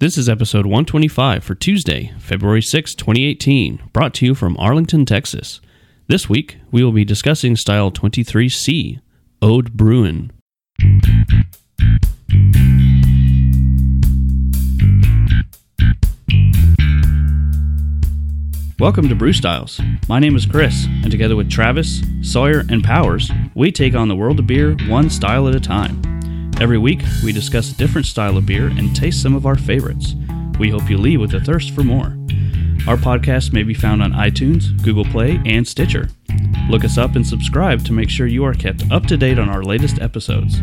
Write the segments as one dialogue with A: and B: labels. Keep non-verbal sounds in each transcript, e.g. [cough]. A: This is episode 125 for Tuesday, February 6, 2018, brought to you from Arlington, Texas. This week, we will be discussing Style 23C, Ode Bruin. Welcome to Brew Styles. My name is Chris, and together with Travis, Sawyer, and Powers, we take on the world of beer one style at a time. Every week, we discuss a different style of beer and taste some of our favorites. We hope you leave with a thirst for more. Our podcast may be found on iTunes, Google Play, and Stitcher. Look us up and subscribe to make sure you are kept up to date on our latest episodes.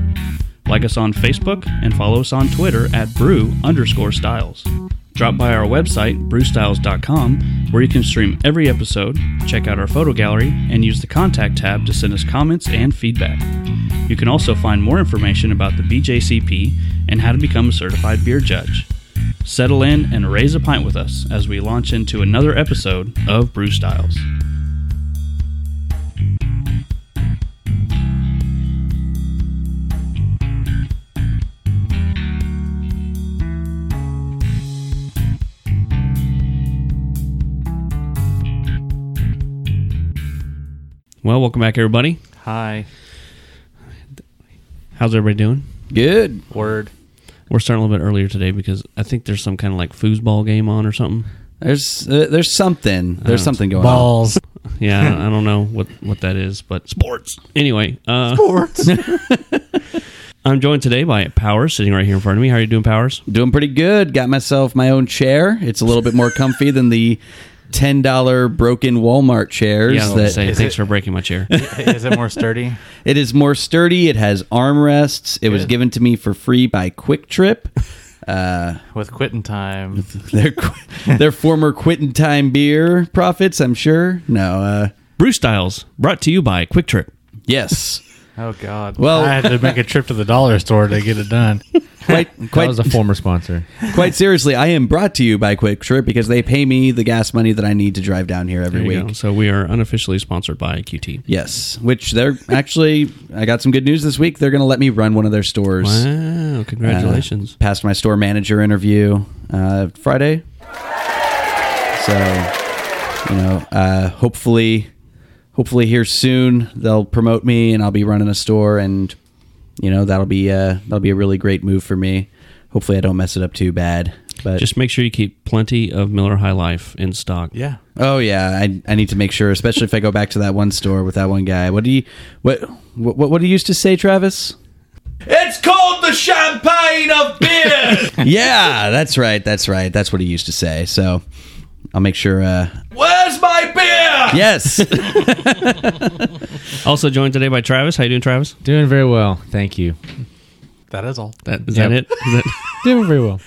A: Like us on Facebook and follow us on Twitter at brew underscore styles. Drop by our website, brewstyles.com, where you can stream every episode, check out our photo gallery, and use the contact tab to send us comments and feedback. You can also find more information about the BJCP and how to become a certified beer judge. Settle in and raise a pint with us as we launch into another episode of Brew Styles. Well, welcome back, everybody.
B: Hi.
A: How's everybody doing?
C: Good.
A: [laughs]
B: Word.
A: We're starting a little bit earlier today because I think there's some kind of like foosball game on or something.
C: There's uh, there's something
A: Uh,
C: there's something going
D: balls.
A: Yeah, I don't- I don't know what what that is, but sports. Anyway, uh,
D: Sports.
A: [laughs] I'm joined today by Powers sitting right here in front of me. How are you doing, Powers?
C: on. Doing pretty good. Got myself my own chair. It's a little bit more comfy than the ten dollar broken Walmart chairs.
A: yeah, I was gonna
C: that
A: say
B: Is
A: thanks
B: it-
A: for breaking my chair.
B: Is it more sturdy?
C: it is more sturdy. It has armrests. It was
B: Good.
C: given to me for free by Quick Trip. [laughs]
B: With quitting time.
C: Their qu- their former Quittin' Time beer profits. I'm sure. No. Uh,
A: Brew Styles brought to you by Quick Trip.
C: yes.
B: Oh God.
C: Well-
D: I had to make a trip to the dollar store to get it done.
A: [laughs]
C: Quite
E: [laughs] that
C: quite
E: was a former sponsor.
C: [laughs] quite seriously. I am brought to you by Quick Trip because they pay me the gas money that I need to drive down here every
A: There you
C: week.
A: go. So we are unofficially sponsored by QT.
C: Yes, which they're actually. I got some good news this week. They're going to let me run one of their stores.
A: Wow! Congratulations.
C: Uh, passed my store manager interview uh, Friday. So, you know, uh, hopefully, hopefully here soon they'll promote me and I'll be running a store, and you know that'll be uh, that'll be a really great move for me. Hopefully, I don't mess it up too bad. But
A: Just make sure you keep plenty of Miller High Life in stock.
B: yeah.
C: Oh yeah, I, I need to make sure, especially if I go back to that one store with that one guy. What do you what what what do you used to say, Travis? It's called the champagne of beer. [laughs] yeah, that's right, that's right, that's what he used to say. So I'll make sure. Uh, Where's my beer? [laughs] Yes,
A: Also joined today by Travis. How you doing, Travis?
E: Doing very well, thank you.
B: That is all.
A: That is that
E: Yep.
A: it? Is that-
E: Doing very well.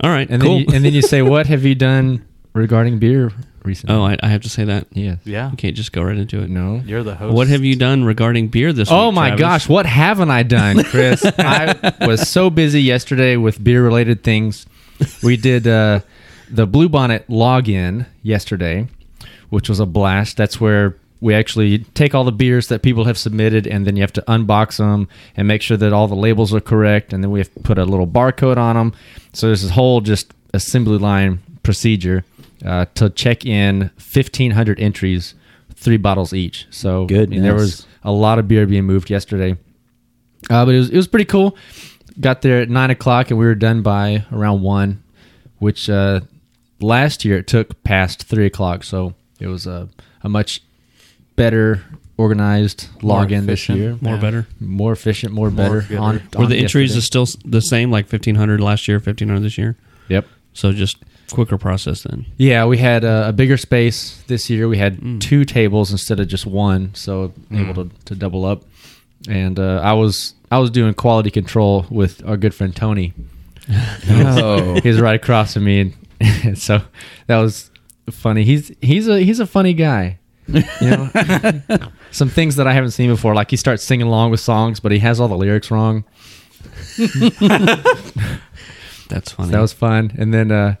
A: all right,
E: And
A: cool.
E: then you, and then you say, "What have you done regarding beer recently?"
A: oh, I, I have to say that.
E: yeah,
B: Yeah.
A: You can't just go right into it.
E: no.
B: You're the host.
A: What have you done regarding beer this week?
E: Oh my
A: Travis?
E: gosh, what haven't I done, Chris? I was so busy yesterday with beer related things. We did uh, the Bluebonnet login yesterday, which was a blast. That's where we actually take all the beers that people have submitted and then you have to unbox them and make sure that all the labels are correct. And then we have to put a little barcode on them. So there's this whole just assembly line procedure uh, to check in 1,500 entries, three bottles each. So I mean, there
C: Goodness.
E: was a lot of beer being moved yesterday. Uh, but it was it was pretty cool. Got there at nine o'clock and we were done by around one, which uh, last year it took past three o'clock. So it was a, a much better organized
B: More
E: login this
B: efficient.
E: year.
A: More
B: Yeah.
A: better.
E: More efficient, more better.
B: better.
E: on,
A: Were
E: on
A: the entries
E: yesterday.
A: still s- the same, like fifteen hundred last year, fifteen hundred this year?
E: Yep.
A: So just quicker process then.
E: Yeah, we had a, a bigger space this year. We had two tables instead of just one, so able to, to double up. And uh, I was I was doing quality control with our good friend Tony.
C: Oh.
E: He was right across from me, and, and [laughs] so that was funny. He's he's a he's a funny guy. You know, some things that I haven't seen before. Like he starts singing along with songs, but he has all the lyrics wrong.
A: That's funny.
E: That was fun. And then uh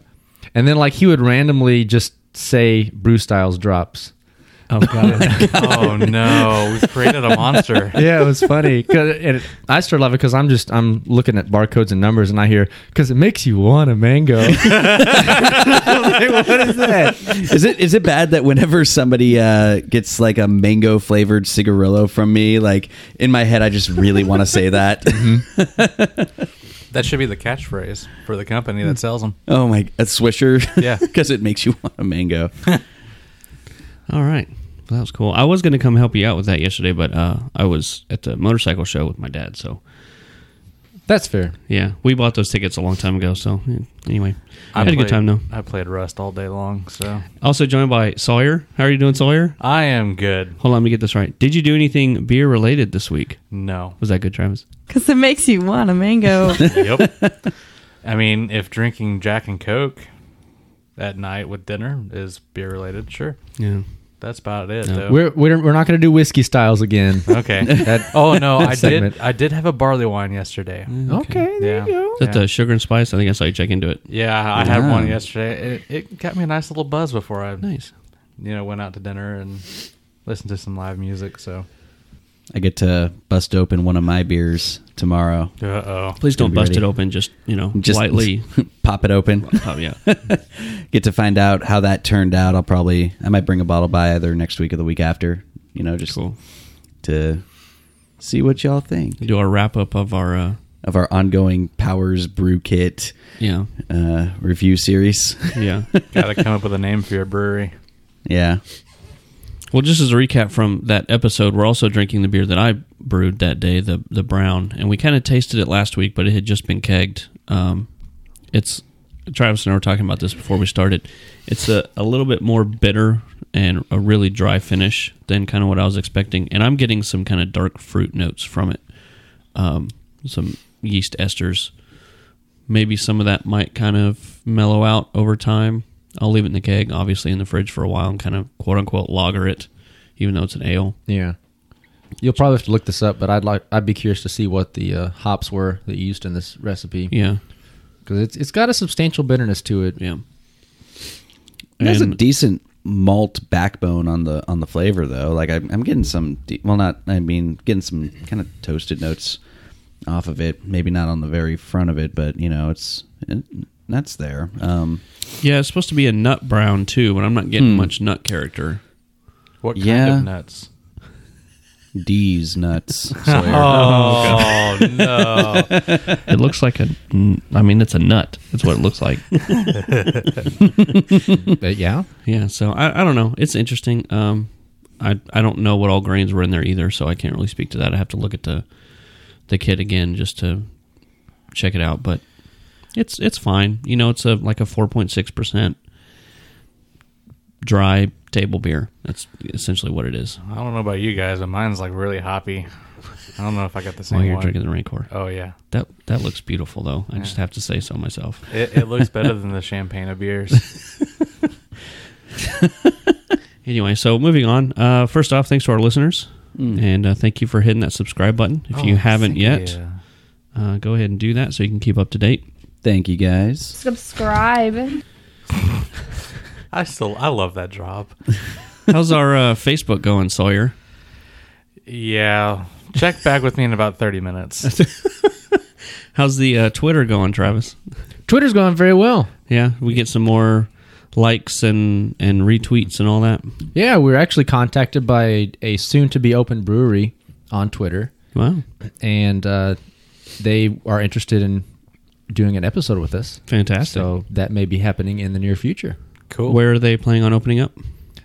E: and then like he would randomly just say Brew Styles drops. Oh god.
A: [laughs]
B: Oh no, we've created a monster.
E: [laughs] yeah, it was funny. 'Cause it- I started laughing because I'm just I'm looking at barcodes and numbers, and I hear because it makes you want a mango. [laughs] I'm like, what is that?
C: is it is it bad that whenever somebody uh, gets like a mango flavored cigarillo from me, like in my head, I just really want to say that.
B: That should be the catchphrase for the company that sells them.
C: [laughs] oh my, a swisher.
B: Yeah.
C: [laughs] because it makes you want a mango.
A: All right. Well, that was cool. I was going to come help you out with that yesterday, but uh, I was at the motorcycle show with my dad. So,
E: That's fair.
A: yeah, we bought those tickets a long time ago. So, yeah, anyway, I had a good
B: played-
A: time, though.
B: I played Rust all day long, so
A: Also joined by Sawyer. How are you doing, Sawyer?
B: I am good.
A: Hold on, let me get this right. Did you do anything beer related this week?
B: No.
A: Was that good, Travis?
F: Because it makes you want
A: [laughs]
F: a mango.
B: Yep. I mean, if drinking Jack and Coke at night with dinner is beer related, sure.
A: Yeah.
B: That's about it. Though.
E: We're we're, we're not going to do whiskey styles again.
A: [laughs]
E: [laughs]
B: okay. oh no, I
E: segment.
B: did. I did have a barley wine yesterday.
A: Oh,
E: Okay,
B: there you
E: go.
A: Is that
B: Yeah.
A: the sugar and spice? I think I saw you check into it.
B: Yeah, I had one
C: Yeah.
B: yesterday. It, it got me a nice little buzz before I, you
A: Nice.
B: know, went out to dinner and listened to some live music. So,
C: I get to bust open one of my beers tomorrow. [laughs]
B: uh oh,
A: Please
C: gonna
A: don't
C: be
A: bust it
C: ready.
A: open. Just, you know,
C: [laughs]
A: lightly.
C: pop it open.
A: oh, yeah.
C: Get to find out how that turned out. I'll probably I might bring a bottle by either next week or the week after. You know, just
A: Cool.
C: to see what y'all think
A: Do our wrap up of our, uh,
C: of our ongoing Powers Brew Kit
A: yeah.
C: uh, review series. [laughs]
A: Yeah.
B: [laughs] gotta come up with a name for your brewery.
C: yeah,
A: Well, just as a recap from that episode, we're also drinking the beer that I brewed that day, the the brown, and we kind of tasted it last week, but it had just been kegged. Um, it's Travis and I were talking about this before we started. It's a, a little bit more bitter and a really dry finish than kind of what I was expecting, and I'm getting some kind of dark fruit notes from it, um, some yeast esters. Maybe some of that might kind of mellow out over time. I'll leave it in the keg, obviously in the fridge for a while, and kind of quote unquote lager it, even though it's an ale.
E: Yeah, you'll probably have to look this up, but I'd like I'd be curious to see what the uh, hops were that you used in this recipe
A: Yeah,
E: because it's it's got a substantial bitterness to it.
A: yeah.
C: there's a
A: And-
C: decent malt backbone on the on the flavor though. Like I'm, I'm getting some de- well, not I mean getting some kind of toasted notes off of it. Maybe not on the very front of it, but you know it's it, that's there. Um,
A: Yeah, it's supposed to be a nut brown too, but I'm not getting much nut character.
B: What kind
C: Yeah.
B: of nuts?
C: D's nuts. Sawyer.
B: Oh, no!
A: It looks like a, I mean, it's a nut. That's what it looks like.
E: But yeah,
A: yeah, so I, I don't know. It's interesting. Um, I I don't know what all grains were in there either, so I can't really speak to that. I have to look at the the kit again just to check it out. But it's it's fine. You know, it's a like a four point six percent dry table beer. That's essentially what it is.
B: I don't know about you guys, but mine's like really hoppy. I don't know if I got the
A: While
B: same
A: you're
B: one.
A: drinking the Rancor,
B: Oh yeah,
A: that that looks beautiful though. I just have to say so myself.
B: it, it looks better than the champagne of beers.
A: Anyway, so moving on. Uh, first off, thanks to our listeners, and uh, thank you for hitting that subscribe button. [laughs] If you
B: Hmm. Oh,
A: haven't
B: thank
A: yet.
B: you.
A: uh, go ahead and do that so you can keep up to date.
C: Thank you guys.
F: Subscribe.
B: I still I love that job.
A: How's our uh, [laughs] Facebook going, Sawyer?
B: Yeah, check back with me in about
A: [laughs]
B: thirty minutes.
A: How's the uh, Twitter going, Travis?
E: Twitter's going very well.
A: Yeah, we get some more likes and and retweets and all that.
E: Yeah, we were actually contacted by a, a soon to be open brewery on Twitter,
A: Wow,
E: and uh, they are interested in doing an episode with us.
A: fantastic!
E: So that may be happening in the near future.
B: Cool.
A: Where are they planning on opening up?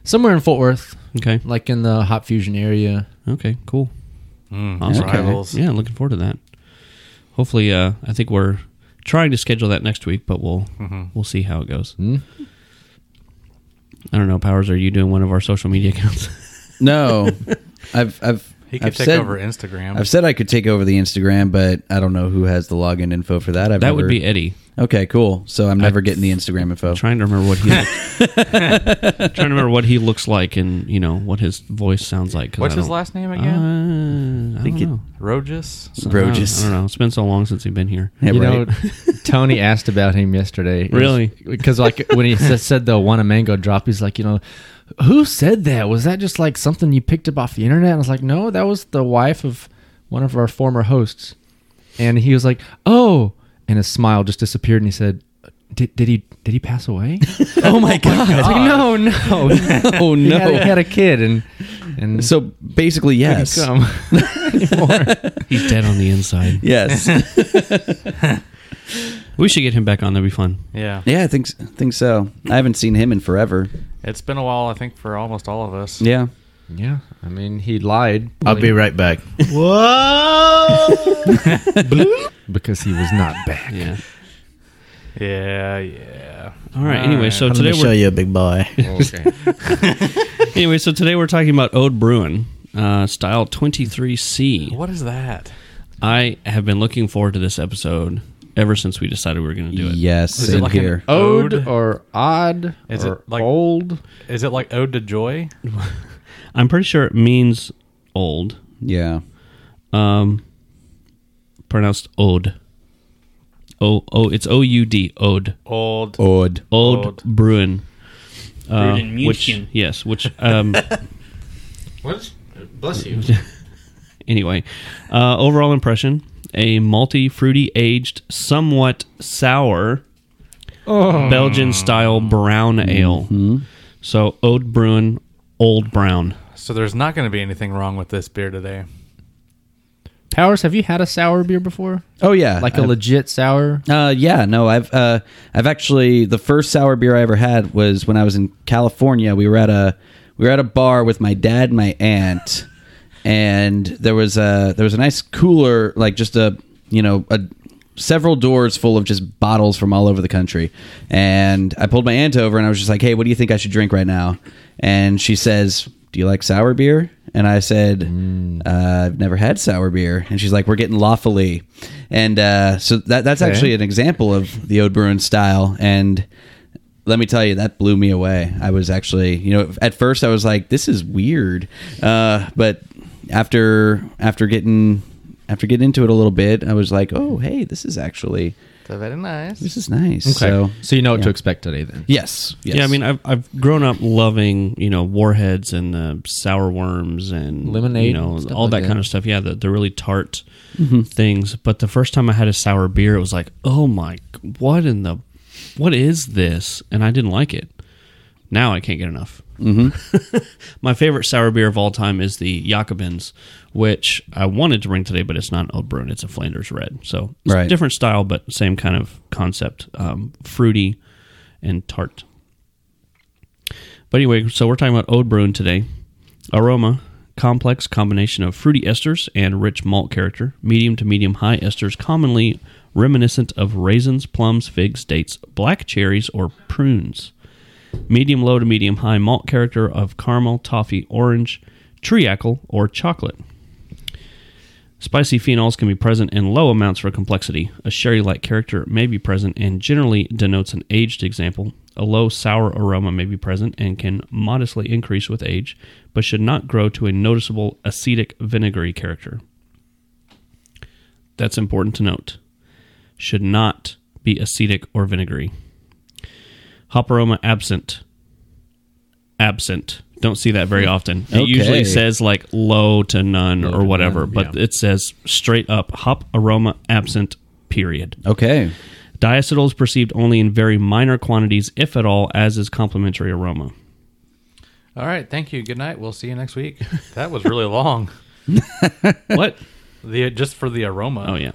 E: Somewhere in Fort Worth,
A: Okay,
E: like in the Hot Fusion area.
A: okay, cool.
B: Mm,
A: Awesome.
B: Rivals.
A: Yeah, looking forward to that. Hopefully, uh, I think we're trying to schedule that next week, but we'll
B: Mm-hmm.
A: we'll see how it goes.
E: Hmm?
A: I don't know, Powers. Are you doing one of our social media accounts?
C: No, I've I've
B: He could
C: I've
B: take
C: said,
B: over Instagram.
C: I've said I could take over the Instagram, but I don't know who has the login info for that. I've
A: that would
C: never-
A: be Eddie.
C: Okay, cool. So I'm never getting the Instagram info.
A: trying to remember what
B: [laughs]
A: he looks, trying to remember what he looks like and you know what his voice sounds like. 'cause
B: What's
A: I
B: his
A: don't-
B: last name
A: Uh,
B: again?
A: I don't
C: it-
A: know.
B: Rogus.
A: So- I don't, I
C: Brogus.
A: don't know. It's been so long since he's been here.
C: Yeah,
E: you
C: right.
E: know, [laughs] Tony asked about him yesterday.
A: Really?
E: Because like when he said, said the "want a mango drop," he's like, you know, who said that? Was that just like something you picked up off the internet? And I was like, no, that was the wife of one of our former hosts. And he was like, oh, and his smile just disappeared, and he said. Did, did he did he pass
C: [laughs]
E: away?
C: [laughs] oh my
E: I was
C: god.
E: like, no, no,
C: [laughs] oh
E: [laughs] He, had, he
C: no.
E: had a kid, and and
C: So basically,
E: couldn't
C: yes,
E: come. [laughs]
A: He's dead on the inside.
C: [laughs] yes,
A: We should get him back on. That'd be fun.
B: Yeah.
C: yeah. I think s- think so. I haven't seen him in forever.
B: It's been a while, I think, for almost all of us.
C: Yeah.
E: yeah, I mean, he lied.
G: I'll be right back.
E: because he was not back.
A: Yeah.
B: Yeah, yeah.
A: All right. Anyway, so
G: Let
A: today
G: me [laughs] show
A: we're
G: you a big boy.
A: anyway, so today we're talking about Ode Bruin, uh, style twenty three C.
B: What is that?
A: I have been looking forward to this episode ever since we decided we were going to do it.
C: Yes.
B: Is it
C: same
B: like an-
C: here.
E: [laughs] Ode,
B: Ode?
E: or odd
B: Is
E: or
B: it like-
E: old?
B: Is it like Ode to Joy?
A: I'm pretty sure it means old,
C: yeah.
A: um, pronounced ode. Oh, oh, it's O U D, ode,
B: Old.
C: Odd.
A: old,
B: Ode.
A: Bruin. Uh,
D: Bruin
A: which
D: München.
A: yes, which um,
G: Bless you.
A: [laughs] anyway, uh, overall impression: a malty, fruity, aged, somewhat sour Belgian style brown ale. So ode Bruin, old brown.
B: So there's not going to be anything wrong with this beer today.
E: Powers, have you had a sour beer before?
C: Oh yeah.
E: Like
C: a.
E: a legit sour?
C: Uh, yeah, no, I've uh, I've actually the first sour beer I ever had was when I was in California. We were at a we were at a bar with my dad and my aunt, and there was a there was a nice cooler like just a you know a several doors full of just bottles from all over the country. And I pulled my aunt over and I was just like, "Hey, what do you think I should drink right now?" And she says, "Do you like sour beer?" And I said,
A: Mm.
C: uh, "I've never had sour beer." And she's like, "We're getting lawfully," and uh, so that that's actually an example of the Ode Bruin style. And let me tell you, that blew me away. I was actually, you know, at first I was like, this is weird. Uh, but after after getting after getting into it a little bit, I was like, oh, hey, this is actually
B: So very nice.
C: this is nice. So
E: so you know what
C: yeah.
E: to expect today then.
C: yes, yes.
A: Yeah, I mean, I've I've grown up loving you know warheads and the sour worms and
E: Lemonade
A: you know,
E: and stuff
A: all
E: like
A: that,
E: that. Mm-hmm.
A: kind of stuff. Yeah, the the really tart things. But the first time I had a sour beer, it was like, oh my, g- what in the, what is this? And I didn't like it. Now I can't get enough. my favorite sour beer of all time is the Jacobins, which I wanted to bring today, but it's not an Old Bruin; it's a Flanders Red. So it's a
C: Right.
A: different style, but same kind of concept: um, fruity and tart. But anyway, so we're talking about Ode Bruin today. Aroma, complex combination of fruity esters and rich malt character. Medium to medium high esters, commonly reminiscent of raisins, plums, figs, dates, black cherries, or prunes. Medium low to medium high malt character of caramel, toffee, orange, treacle, or chocolate. Spicy phenols can be present in low amounts for complexity. A sherry like character may be present and generally denotes an aged example. A low sour aroma may be present and can modestly increase with age, but should not grow to a noticeable acetic vinegary character. That's important to note. Should not be acetic or vinegary. Hop aroma absent. Absent. Don't see that very often. It usually
C: Okay.
A: says like low to none or whatever, but it says straight up hop aroma absent, period.
C: okay,
A: Diacetyl is perceived only in very minor quantities, if at all, as is complementary aroma.
B: All right. Thank you. Good night. We'll see you next week. That was really long.
A: [laughs] What?
B: The Just for the aroma.
A: Oh, yeah.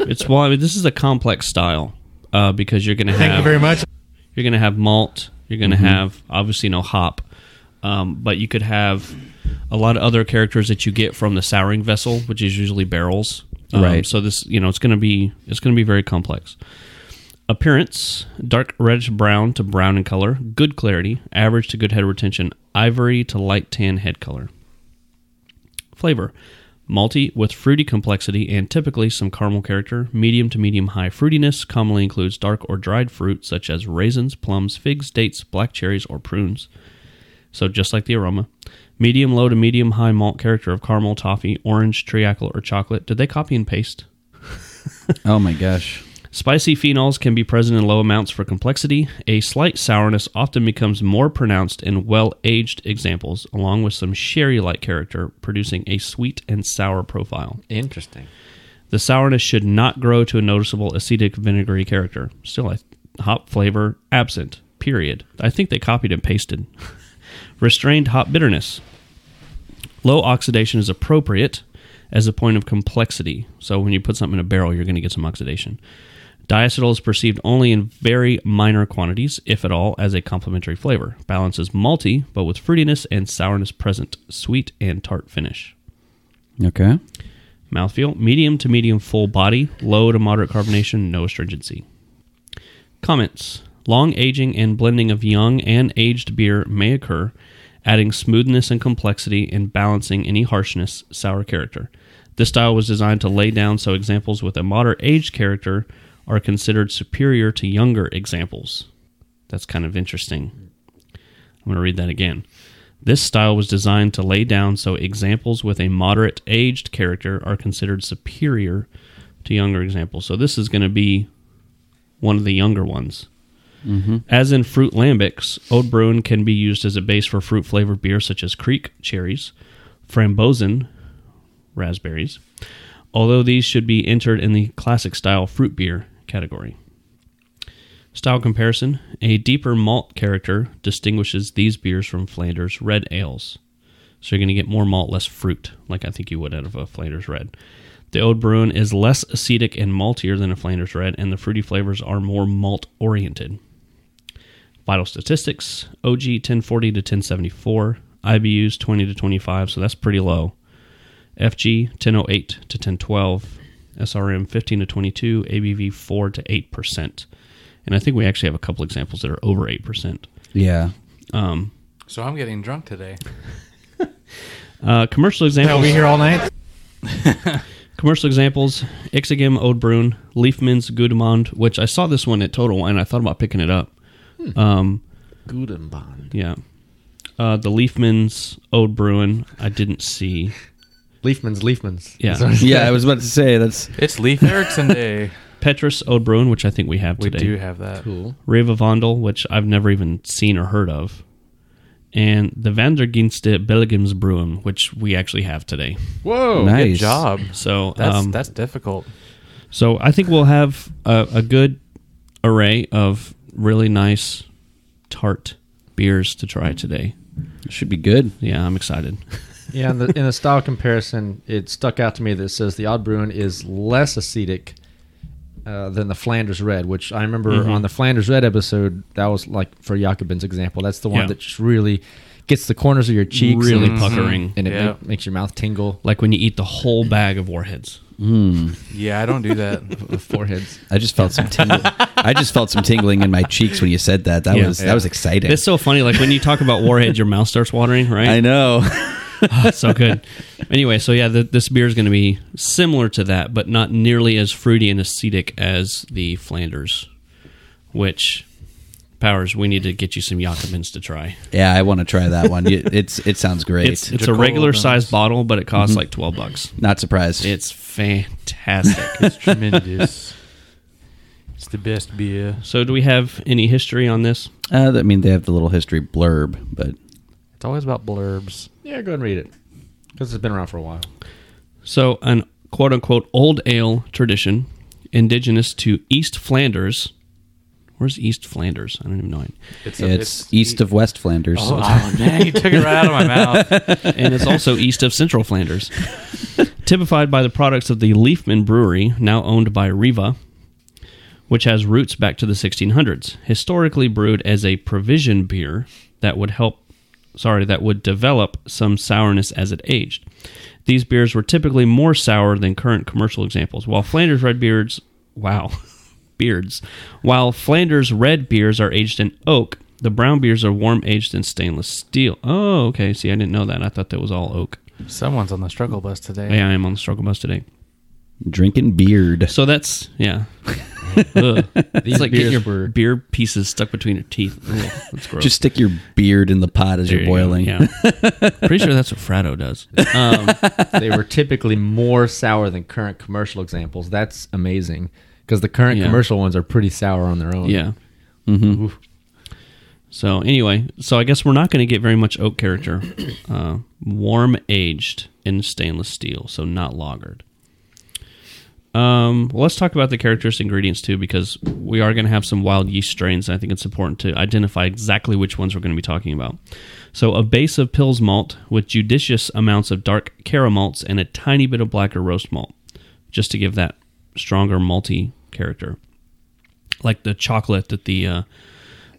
A: It's well, I mean, this is a complex style uh, because you're going to have.
D: Thank you very much. Mm-hmm.
A: You're going to have malt. You're going to have obviously no hop, um, but you could have a lot of other characters that you get from the souring vessel, which is usually barrels. Um,
C: Right.
A: So this, you know, it's going to be it's going to be very complex. Appearance: dark reddish brown to brown in color, good clarity, average to good head retention, ivory to light tan head color. Flavor: Malty with fruity complexity and typically some caramel character. Medium to medium high fruitiness commonly includes dark or dried fruit such as raisins, plums, figs, dates, black cherries, or prunes. So just like the aroma. Medium low to medium high malt character of caramel, toffee, orange, treacle, or chocolate. Did they copy and paste?
C: Oh my gosh.
A: Spicy phenols can be present in low amounts for complexity. A slight sourness often becomes more pronounced in well aged examples, along with some sherry like character, producing a sweet and sour profile.
E: Interesting.
A: The sourness should not grow to a noticeable acetic vinegary character. Still a hop flavor absent. Period. I think they copied and pasted. [laughs] Restrained hop bitterness. Low oxidation is appropriate as a point of complexity. So when you put something in a barrel, you're going to get some oxidation. Diacetyl is perceived only in very minor quantities, if at all, as a complementary flavor. Balance is malty, but with fruitiness and sourness present. Sweet and tart finish.
C: Okay.
A: Mouthfeel medium to medium full body, low to moderate carbonation, no astringency. Comments Long aging and blending of young and aged beer may occur, adding smoothness and complexity and balancing any harshness, sour character. This style was designed to lay down so examples with a moderate aged character are considered superior to younger examples. That's kind of interesting. I'm going to read that again. This style was designed to lay down so examples with a moderate aged character are considered superior to younger examples. So this is going to be one of the younger ones. As in fruit lambics, Old Bruin can be used as a base for fruit flavored beer such as Creek cherries, Frambozen raspberries, although these should be entered in the classic style fruit beer category. Style comparison A deeper malt character distinguishes these beers from Flanders red ales. So you're going to get more malt, less fruit, like I think you would out of a Flanders red. The Old Bruin is less acetic and maltier than a Flanders red, and the fruity flavors are more malt oriented. Vital statistics OG 1040 to 1074, IBUs 20 to 25, so that's pretty low. FG 1008 to 1012, SRM 15 to 22, ABV 4 to 8%. And I think we actually have a couple examples that are over 8%.
C: Yeah.
A: [laughs] Um,
B: So I'm getting drunk today.
A: uh, commercial
D: I'll
A: examples
D: be here all night.
A: Commercial examples: Ixigim, Old Brune, Leafman's, Gudemond. Which I saw this one at Total Wine. I thought about picking it up.
B: Hmm.
A: Um,
E: Gudenbond.
A: yeah, uh, the Leafman's Old Bruin. I didn't see.
E: Leafman's, Leafman's.
A: Yeah,
C: Yeah, I was about to say that's
B: It's Leaf Erickson Day.
A: Petrus Old Bruin, which I think we have
B: we
A: today.
B: do have that.
E: Cool.
A: Reva Vondel, which I've never even seen or heard of, and the Vanderginste Belgium's Bruin, which we actually have today.
E: Whoa.
C: nice.
B: Good job.
A: So
B: That's
A: um,
B: that's difficult.
A: So I think we'll have a, a good array of really nice tart beers to try today.
C: Should be good.
A: Yeah, I'm excited.
E: Yeah, in the, in the style comparison, it stuck out to me that it says the Odd Bruin is less acetic uh, than the Flanders Red, which I remember
A: Mm-hmm.
E: on the Flanders Red episode, that was like for Jakobin's example. That's the one
A: Yeah.
E: that just really gets the corners of your cheeks.
A: Really
E: and,
A: puckering.
E: And it
B: Yeah.
E: ma- makes your mouth tingle,
A: Like when you eat the whole bag of warheads.
B: Yeah, I don't do
A: [laughs]
B: that.
E: the foreheads.
C: I just felt some tingling. I just felt some tingling in my cheeks when you said that. That
A: Yeah.
C: was that was exciting.
A: It's so funny. Like when you talk about warheads, your mouth starts watering, right?
C: I know.
A: It's [laughs] so good. Anyway, so yeah, th this beer is going to be similar to that, but not nearly as fruity and acetic as the Flanders, which. Powers, we need to get you some Jakobins to try.
C: yeah, I want to try that one. You- It's it sounds great.
A: It's it's a regular sized bottle, but it costs like twelve bucks.
C: Not surprised.
A: It's fantastic.
B: It's tremendous. [laughs] It's the best beer.
A: so, do we have any history on this?
C: uh, I mean, they have the little history blurb, but
B: It's always about blurbs.
E: Yeah, go ahead and read it because it's been around for a while.
A: So, an quote unquote old ale tradition indigenous to East Flanders. Where's East Flanders? I don't even know.
C: it's, east of West Flanders.
B: Oh, oh, man, you took it right out of my mouth. [laughs]
A: and it's also east of Central Flanders. Typified by the products of the Leafman Brewery, now owned by Riva, which has roots back to the 1600s. Historically brewed as a provision beer that would help, sorry, that would develop some sourness as it aged. These beers were typically more sour than current commercial examples. While Flanders red beards, wow, [laughs] beards, while Flanders red beers are aged in oak, the brown beers are warm aged in stainless steel. Oh, okay. See, I didn't know that. I thought that was all oak.
B: Someone's on the struggle bus today.
A: Yeah, I am on the struggle bus today.
C: Drinking beard.
A: So that's yeah. Ugh. [laughs] It's like getting
E: beers
A: your
E: were-
A: beer pieces stuck between your teeth. Ugh, that's gross.
C: Just stick your beard in the pot as
A: There
C: you're
A: you go,
C: boiling.
A: yeah. Pretty sure that's what Fratto does. Um,
E: they were typically more sour than current commercial examples. That's amazing because the current
A: Yeah.
E: commercial ones are pretty sour on their own.
A: yeah. Mm-hmm. So anyway, so I guess we're not going to get very much oak character. Uh, warm aged in stainless steel, so not lagered. Um, well, let's talk about the characteristic ingredients too, because we are going to have some wild yeast strains. And I think it's important to identify exactly which ones we're going to be talking about. So, a base of Pils malt with judicious amounts of dark Cara malts and a tiny bit of black or roast malt, just to give that stronger malty character, like the chocolate that the uh,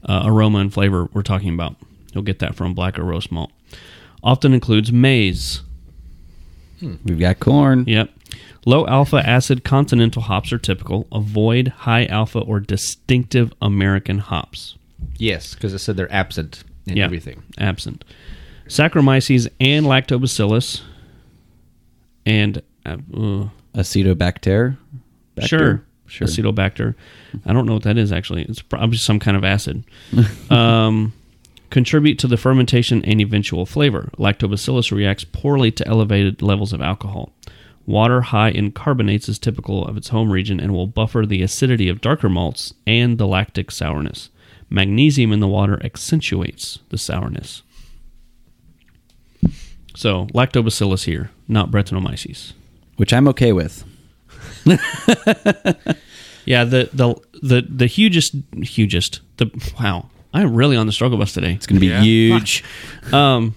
A: uh, aroma and flavor we're talking about. You'll get that from black or roast malt. Often includes maize,
C: We've got corn.
A: Yep. Low alpha acid continental hops are typical. Avoid high alpha or distinctive American hops.
E: Yes, because it said they're absent in
A: Yeah.
E: everything.
A: Absent. Saccharomyces and lactobacillus. And uh, uh,
C: Acetobacter. Bacter?
A: sure,
C: Sure.
A: acetobacter. I don't know what that is actually. It's probably some kind of acid. um, contribute to the fermentation and eventual flavor. Lactobacillus reacts poorly to elevated levels of alcohol. Water high in carbonates is typical of its home region and will buffer the acidity of darker malts and the lactic sourness. Magnesium in the water accentuates the sourness. So, lactobacillus here, not Brettanomyces.
C: Which I'm okay with.
A: Yeah, the the the the hugest hugest the wow. I'm really on the struggle bus today.
C: It's going to be huge.
A: Um,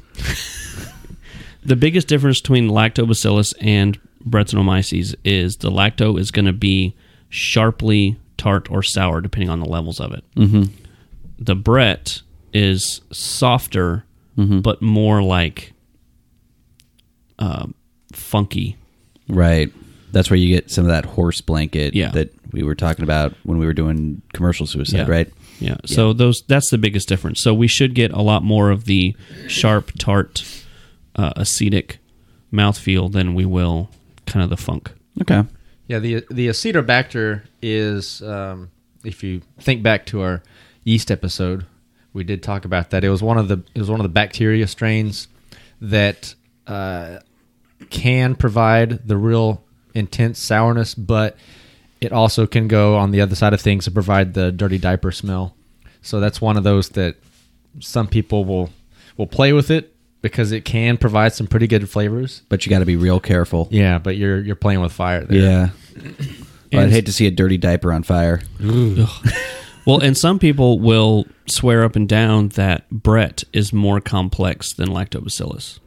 A: [laughs] the biggest difference between lactobacillus and Brettanomyces is the lacto is going to be sharply tart or sour depending on the levels of it. Mm-hmm. The Brett is softer but more like uh, funky.
C: Right. That's where you get some of that horse blanket
A: Yeah.
C: that we were talking about when we were doing commercial suicide,
A: Yeah.
C: right?
A: Yeah. So those that's the biggest difference. So we should get a lot more of the sharp, tart, uh, acetic mouthfeel than we will kind of the funk.
C: Okay.
E: Yeah, the the acetobacter is um, if you think back to our yeast episode, we did talk about that. It was one of the it was one of the bacteria strains that uh, can provide the real intense sourness, but it also can go on the other side of things to provide the dirty diaper smell. So that's one of those that some people will will play with it because it can provide some pretty good flavors.
C: But you got to be real careful.
E: Yeah, but you're you're playing with fire there.
C: Yeah. Well, I'd
A: And-
C: hate to see a dirty diaper on fire.
A: Well, and some people will swear up and down that Brett is more complex than lactobacillus.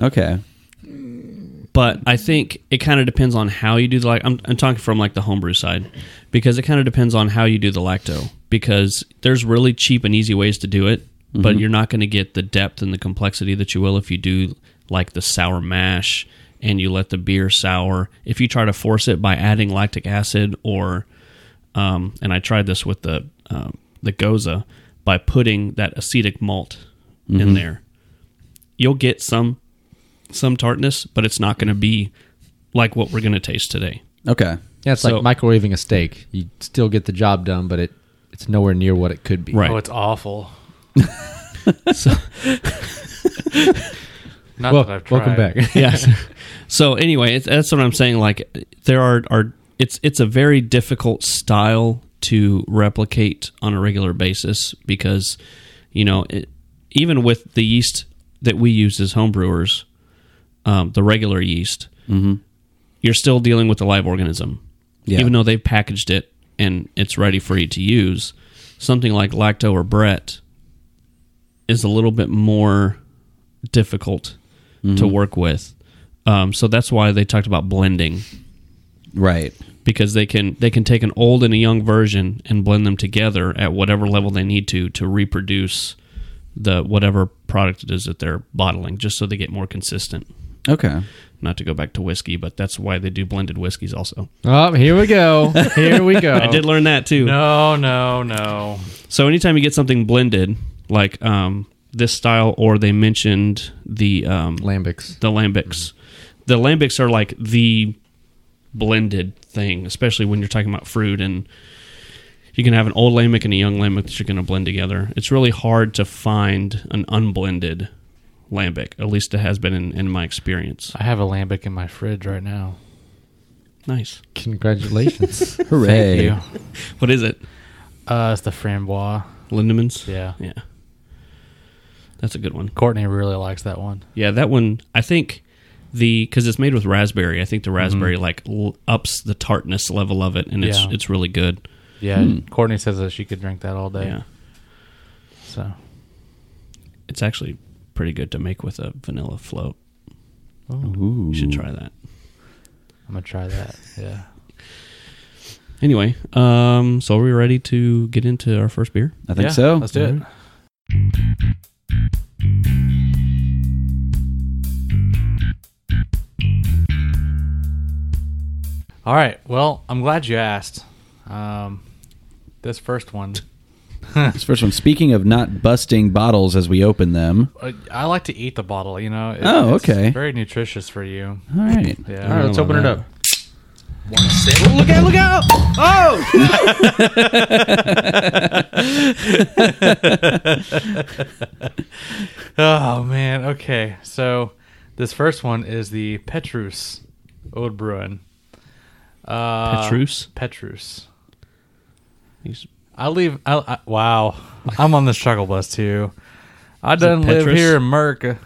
C: Okay.
A: But I think it kind of depends on how you do the like. I'm, I'm talking from like the homebrew side because it kind of depends on how you do the lacto because there's really cheap and easy ways to do it, but you're not going to get the depth and the complexity that you will if you do like the sour mash and you let the beer sour. If you try to force it by adding lactic acid or, um, and I tried this with the um, the goza by putting that acetic malt in there, you'll get some some tartness, but it's not going to be like what we're going to taste today.
C: Okay.
E: Yeah, it's
A: So-
E: like microwaving a steak. You still get the job done, but it it's nowhere near what it could be.
A: Right.
B: Oh, it's awful.
A: So-
B: Not
E: Well,
B: that I've tried.
E: welcome back. [laughs]
A: yes. [laughs] So anyway, it's, that's what I'm saying. Like there are are it's it's a very difficult style to replicate on a regular basis because you know it, even with the yeast that we use as homebrewers, um, the regular yeast,
C: Mm-hmm.
A: you're still dealing with a live organism,
C: Yeah.
A: even though they've packaged it and it's ready for you to use. Something like lacto or Brett is a little bit more difficult to work with. Um, so that's why they talked about blending
C: Right.
A: because they can they can take an old and a young version and blend them together at whatever level they need to to reproduce the whatever product it is that they're bottling just so they get more consistent.
C: Okay.
A: Not to go back to whiskey, but that's why they do blended whiskeys also.
E: Oh, here
A: [laughs]
E: we go. Here we go.
A: I did learn that too.
B: No, no, no.
A: So anytime you get something blended, like um, this style, or they mentioned the um,
E: lambics.
A: the lambics. The lambics are like the blended thing, especially when you're talking about fruit and you can have an old lambic and a young lambic that you're going to blend together. It's really hard to find an unblended lambic. At least it has been in, in my experience.
B: I have a lambic in my fridge right now.
A: Nice. [laughs]
E: Congratulations.
C: Hooray!
B: Thank
A: What is it?
B: you. Uh, it's the frambois.
A: Lindemans.
B: Yeah.
A: Yeah. That's a good one.
B: Courtney really likes that one.
A: Yeah, that one. I think the because it's made with raspberry. I think
B: Mm-hmm.
A: the raspberry like l- ups the tartness level of it, and it's
B: Yeah.
A: it's really good.
B: Yeah, Courtney says that she could drink that all day.
A: Yeah,
B: So
A: it's actually pretty good to make with a vanilla float.
C: Ooh.
A: You should try that.
B: I'm gonna try that. Yeah.
A: Anyway, um, so are we ready to get into our first beer?
C: I think
B: Yeah,
C: so.
B: Let's do it. All right. Well, I'm glad you asked. Um, this first one,
C: This first one. Speaking of not busting bottles as we open them.
B: I, I like to eat the bottle. You know. It-
C: Oh,
B: it's
C: okay.
B: Very nutritious for you.
C: All right.
B: Yeah.
E: All right, let's
A: Oh,
E: open it
A: wow.
E: up.
C: Look out! Look out! Oh!
B: Oh man. Okay. So this first one is the Petrus Old Bruin. Uh,
A: Petrus?
B: Petrus.
A: He's-
B: I leave. I, I, wow, I'm on the struggle bus too. I done
A: it
B: live
A: Petrus?
B: here in America.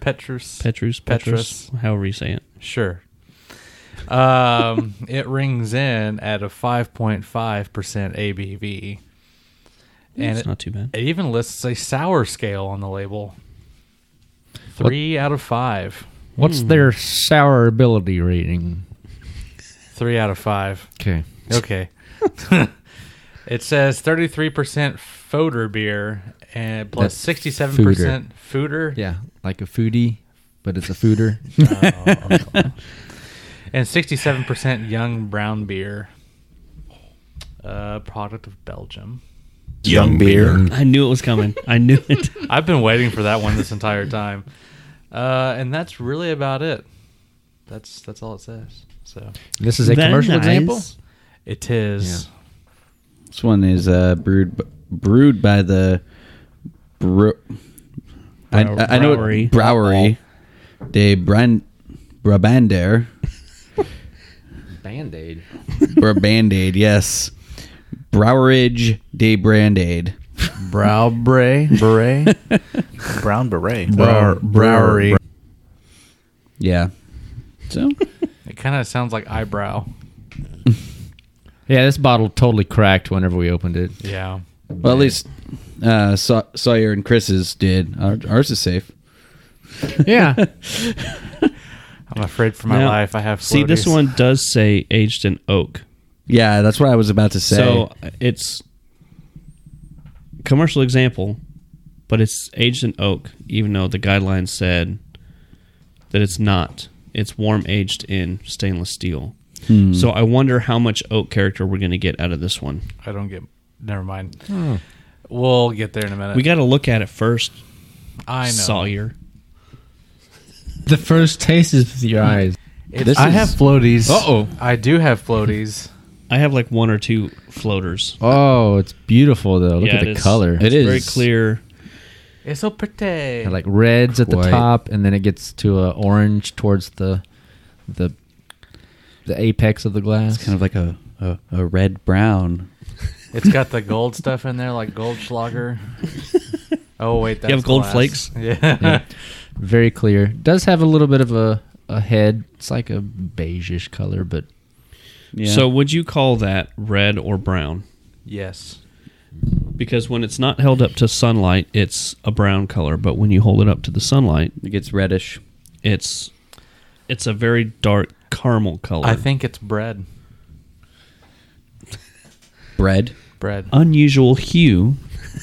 B: Petrus.
A: Petrus, Petrus,
B: Petrus.
A: however you say it.
B: Sure. Um, [laughs] it rings in at a 5.5% ABV, and
A: it's
B: it,
A: not too bad.
B: [laughs] it even lists a sour scale on the label. Three out of five.
E: What's their sour ability rating?
B: Three out of five.
E: Okay.
A: [laughs]
B: Okay. [laughs] it says 33% Foder beer and plus
E: That's
B: 67% Fooder
E: Yeah, like a foodie, but it's
A: [laughs]
E: a fooder.
B: and 67% Young Brown beer. Uh, product of Belgium.
C: Young beer.
A: I knew it was coming. I knew it.
B: I've been waiting for that one this entire time. Uh, and that's really about it. That's that's all it says. So
E: this is a
A: Very
E: commercial
A: nice.
E: example.
B: it is.
C: This one is uh, brewed b- brewed by the brew. I,
A: Brow-
C: I, I know
A: Browery.
C: it, Browery de Brand Brabander
E: Band aid.
C: Brabandade. [laughs] Yes, Browerage de Brandade.
D: Brow bray beret, [laughs] brown beret,
C: Brower- brewery. Yeah. So
B: It kind of sounds like eyebrow.
E: Yeah, this bottle totally cracked whenever we opened it.
B: Yeah.
C: well, at least uh, Saw- Sawyer and Chris's did. Our, ours is safe.
E: Yeah. [laughs]
B: I'm afraid for my
A: Now,
B: life. I have
A: See, this
B: floaties.
A: one does say aged in oak.
C: Yeah, that's what I was about to say.
A: So it's commercial example, but it's aged in oak, even though the guidelines said that it's not. It's warm aged in stainless steel. So I wonder how much oak character we're going to get out of this one.
B: I don't get. Never mind. We'll get there in a minute.
A: Hmm. We got to look at it first,
B: I know.
A: Sawyer.
E: the first taste is with your eyes.
B: It's-
C: This
B: I
C: is-
B: have floaties.
E: Uh-oh.
B: I do have floaties.
A: I have like one or two floaters.
E: Oh, it's beautiful though. Look
A: Yeah,
E: at the
A: it is.
E: color.
C: It
A: Very
C: is.
A: clear.
B: It's so pretty.
E: Yeah, like reds at
C: Quite.
E: the top, and then it gets to a orange towards the the the apex of the glass.
C: kind of like a, a, a red brown.
B: it's got the gold stuff in there, like gold
A: [laughs]
B: schlager. oh wait, that's
A: have
B: the
A: gold
B: last.
A: flakes?
B: [laughs] Yeah.
E: very clear. Does have a little bit of a a head. It's like a beigeish color, but
C: Yeah.
A: So would you call that red or brown?
B: yes.
A: Because when it's not held up to sunlight, it's a brown color. But when you hold it up to the sunlight,
C: it gets reddish.
A: it's it's a very dark caramel color.
B: I think it's bread.
C: Bread.
B: Bread.
A: unusual hue.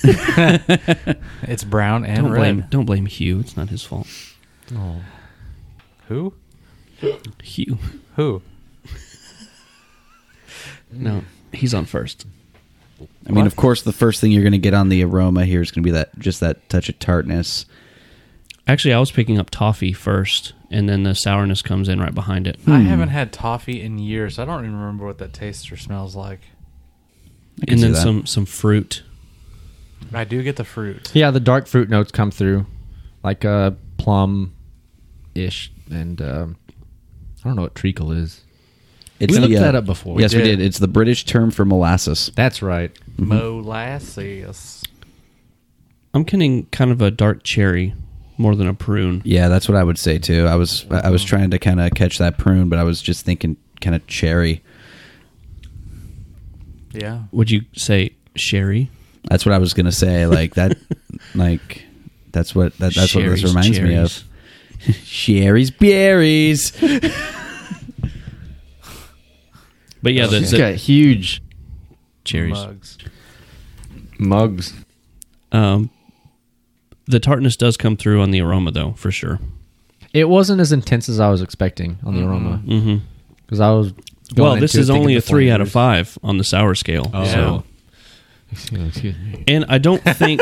B: It's brown and
A: Don't
B: red.
A: blame don't blame Hugh. It's not his fault.
B: Who?
A: Hugh.
B: Who?
C: Mm.
A: No, he's on first.
C: I mean, of course, the first thing you're going to get on the aroma here is going to be that just that touch of tartness.
A: Actually, I was picking up toffee first, and then the sourness comes in right behind it.
C: Hmm,
B: I haven't had toffee in years. I don't even remember what that tastes or smells like.
C: I can
A: and
C: see
A: then
C: that.
A: some some fruit.
B: I do get the fruit.
E: Yeah, the dark fruit notes come through, like uh, plum ish, and um, I don't know what treacle is.
C: It's
E: We
C: the,
E: looked
C: uh,
E: that up before. We
C: Yes, we
E: did.
C: did. It's the British term for molasses.
E: That's right.
A: Mm-hmm.
B: Molasses.
A: I'm getting kind of a dark cherry more than a prune.
C: Yeah, that's what I would say too. I was I I was trying to kind of catch that prune, but I was just thinking kind of cherry.
B: Yeah.
A: Would you say sherry?
C: That's what I was gonna say. Like that,
A: [laughs]
C: like that's what that, that's what this
A: Sherry's
C: reminds me
A: cherries.
C: of. Sherry's berries.
A: But yeah, the,
E: She's
A: the
E: got huge
A: cherries.
B: Mugs.
E: mugs.
A: Um, the tartness does come through on the aroma, though, for sure.
E: It wasn't as intense as I was expecting on the aroma
A: hmm
E: because I was. Going
A: Well, this
E: into it
A: is
E: thinking
A: only a
E: the
A: three out of
E: flavors.
A: five on the sour scale.
E: Oh.
A: So,
E: [laughs] Excuse Oh, excuse me.
A: and I
E: [laughs]
A: don't think.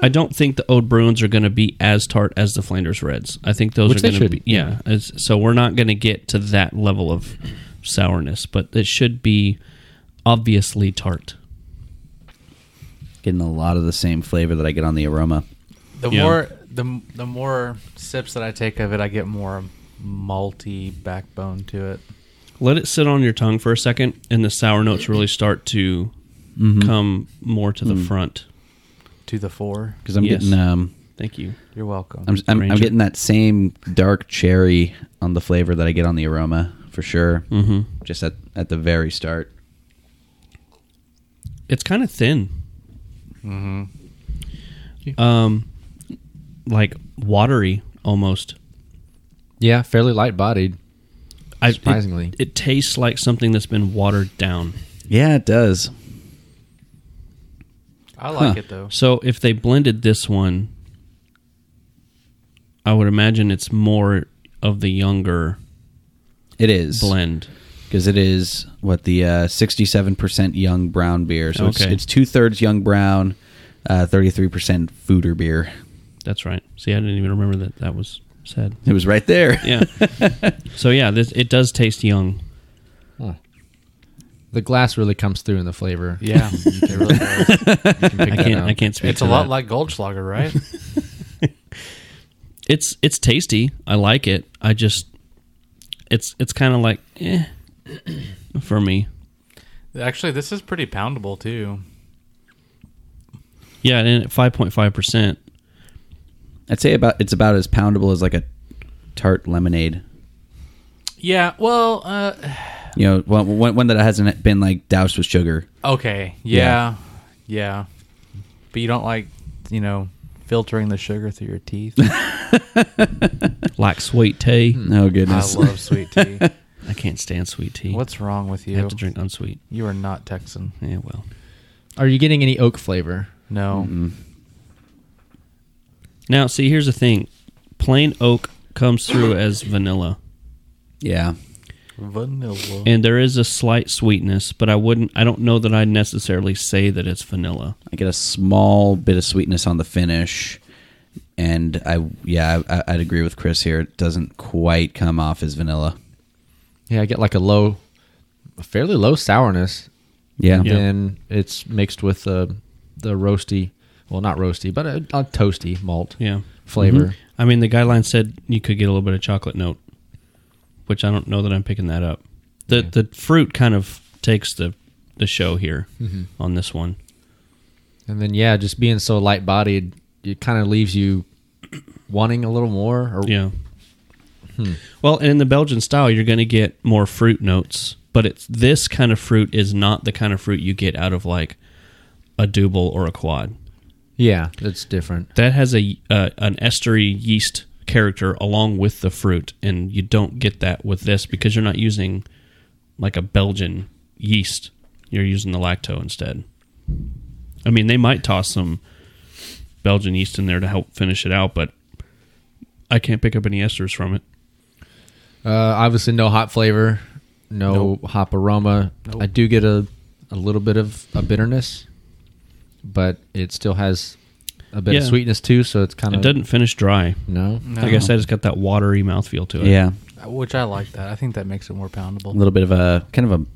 A: I don't think the Ode Bruins are going to be as tart as the Flanders Reds. I think those
E: Which
A: are
E: they
A: going to
E: should,
A: be yeah. as- so we're not going to get to that level of sourness, but it should be obviously tart.
C: Getting a lot of the same flavor that I get on the aroma.
B: The
A: Yeah.
B: more the the more sips that I take of it, I get more malty backbone to it.
A: Let it sit on your tongue for a second, and the sour notes really start to
E: Mm-hmm.
A: come more to the
E: Mm.
A: front.
B: To the fore.
C: Because I'm
A: Yes.
C: getting um,
A: Thank you.
B: You're welcome.
C: I'm, I'm, I'm
A: Ranger.
C: getting that same dark cherry on the flavor that I get on the aroma for sure.
A: Mm-hmm.
C: Just at at the very start.
A: It's kind of thin. Mm-hmm. Um, like watery almost.
E: Yeah, fairly light bodied.
A: I, it,
E: Surprisingly,
A: it tastes like something that's been watered down.
C: Yeah, it does.
B: I like
C: Huh.
B: it though.
A: So if they blended this one, I would imagine it's more of the younger
C: It is
A: blend.
C: because it is what the uh, 67% young brown beer. So
A: Okay.
C: it's, it's two thirds young brown, uh, 33% fooder beer. [laughs]
A: That's right. See, I didn't even remember that that was said.
C: It was right there.
A: Yeah. so yeah, this it does taste young.
E: the glass really comes through in the flavor.
B: Yeah, it really
E: [laughs]
B: does.
E: You can pick
A: I
E: that
A: can't.
E: out.
A: I can't speak.
B: it's
A: to
B: a lot
A: that.
B: like Goldschlager, [laughs] right?
A: It's it's tasty. I like it. I just it's it's kind of like eh [clears throat] for me.
B: Actually, this is pretty poundable too.
A: Yeah, and at five point five percent,
C: [laughs] I'd say about it's about as poundable as like a tart lemonade.
B: Yeah. Well, uh,
C: You know, one, one, one that hasn't been like doused with sugar.
B: okay.
C: Yeah.
B: Yeah, yeah. But you don't like, you know, filtering the sugar through your [laughs] teeth.
A: like sweet tea.
C: Oh
B: I
C: goodness!
B: love sweet tea.
A: I can't stand sweet tea.
B: What's wrong with
A: I
B: you?
A: have to drink unsweet.
B: You are not Texan.
A: Yeah, well,
E: Are you getting any oak flavor?
B: No.
A: now see, here's the thing: plain oak comes through as vanilla,
C: yeah,
B: Vanilla.
A: and there is a slight sweetness, but I wouldn't. I don't know that I necessarily say that it's vanilla.
C: I get a small bit of sweetness on the finish, and I yeah I, I'd agree with Chris here. It doesn't quite come off as vanilla.
E: Yeah, I get like a low, a fairly low sourness.
C: Yeah,
E: And Then it's mixed with the the roasty, well, not roasty, but a, a toasty malt
A: Yeah. Mm-hmm.
E: flavor.
A: I mean, the guideline said you could get a little bit of chocolate note, which I don't know that I'm picking that up. The the fruit kind of takes the the show here on this one.
E: And then yeah, just being so light bodied, it kind of leaves you wanting a little more. Or
A: Yeah. Well, and in the Belgian style, you're going to get more fruit notes, but it's this kind of fruit is not the kind of fruit you get out of like a double or a quad.
E: yeah, it's different.
A: That has a uh, an estery yeast character along with the fruit, and you don't get that with this because you're not using like a Belgian yeast. You're using the lacto instead. I mean, they might toss some Belgian yeast in there to help finish it out, but I can't pick up any esters from it.
E: Uh, obviously, no hot flavor, no hop aroma. I do get a a little bit of a bitterness, but it still has a bit of
A: Yeah.
E: sweetness too. So it's kind of
A: It doesn't finish dry.
E: No,
A: Like I said, it's got that watery mouthfeel to it.
C: Yeah,
B: Uh, Which I like that. I think that makes it more
C: a
B: poundable.
C: little bit of a kind of a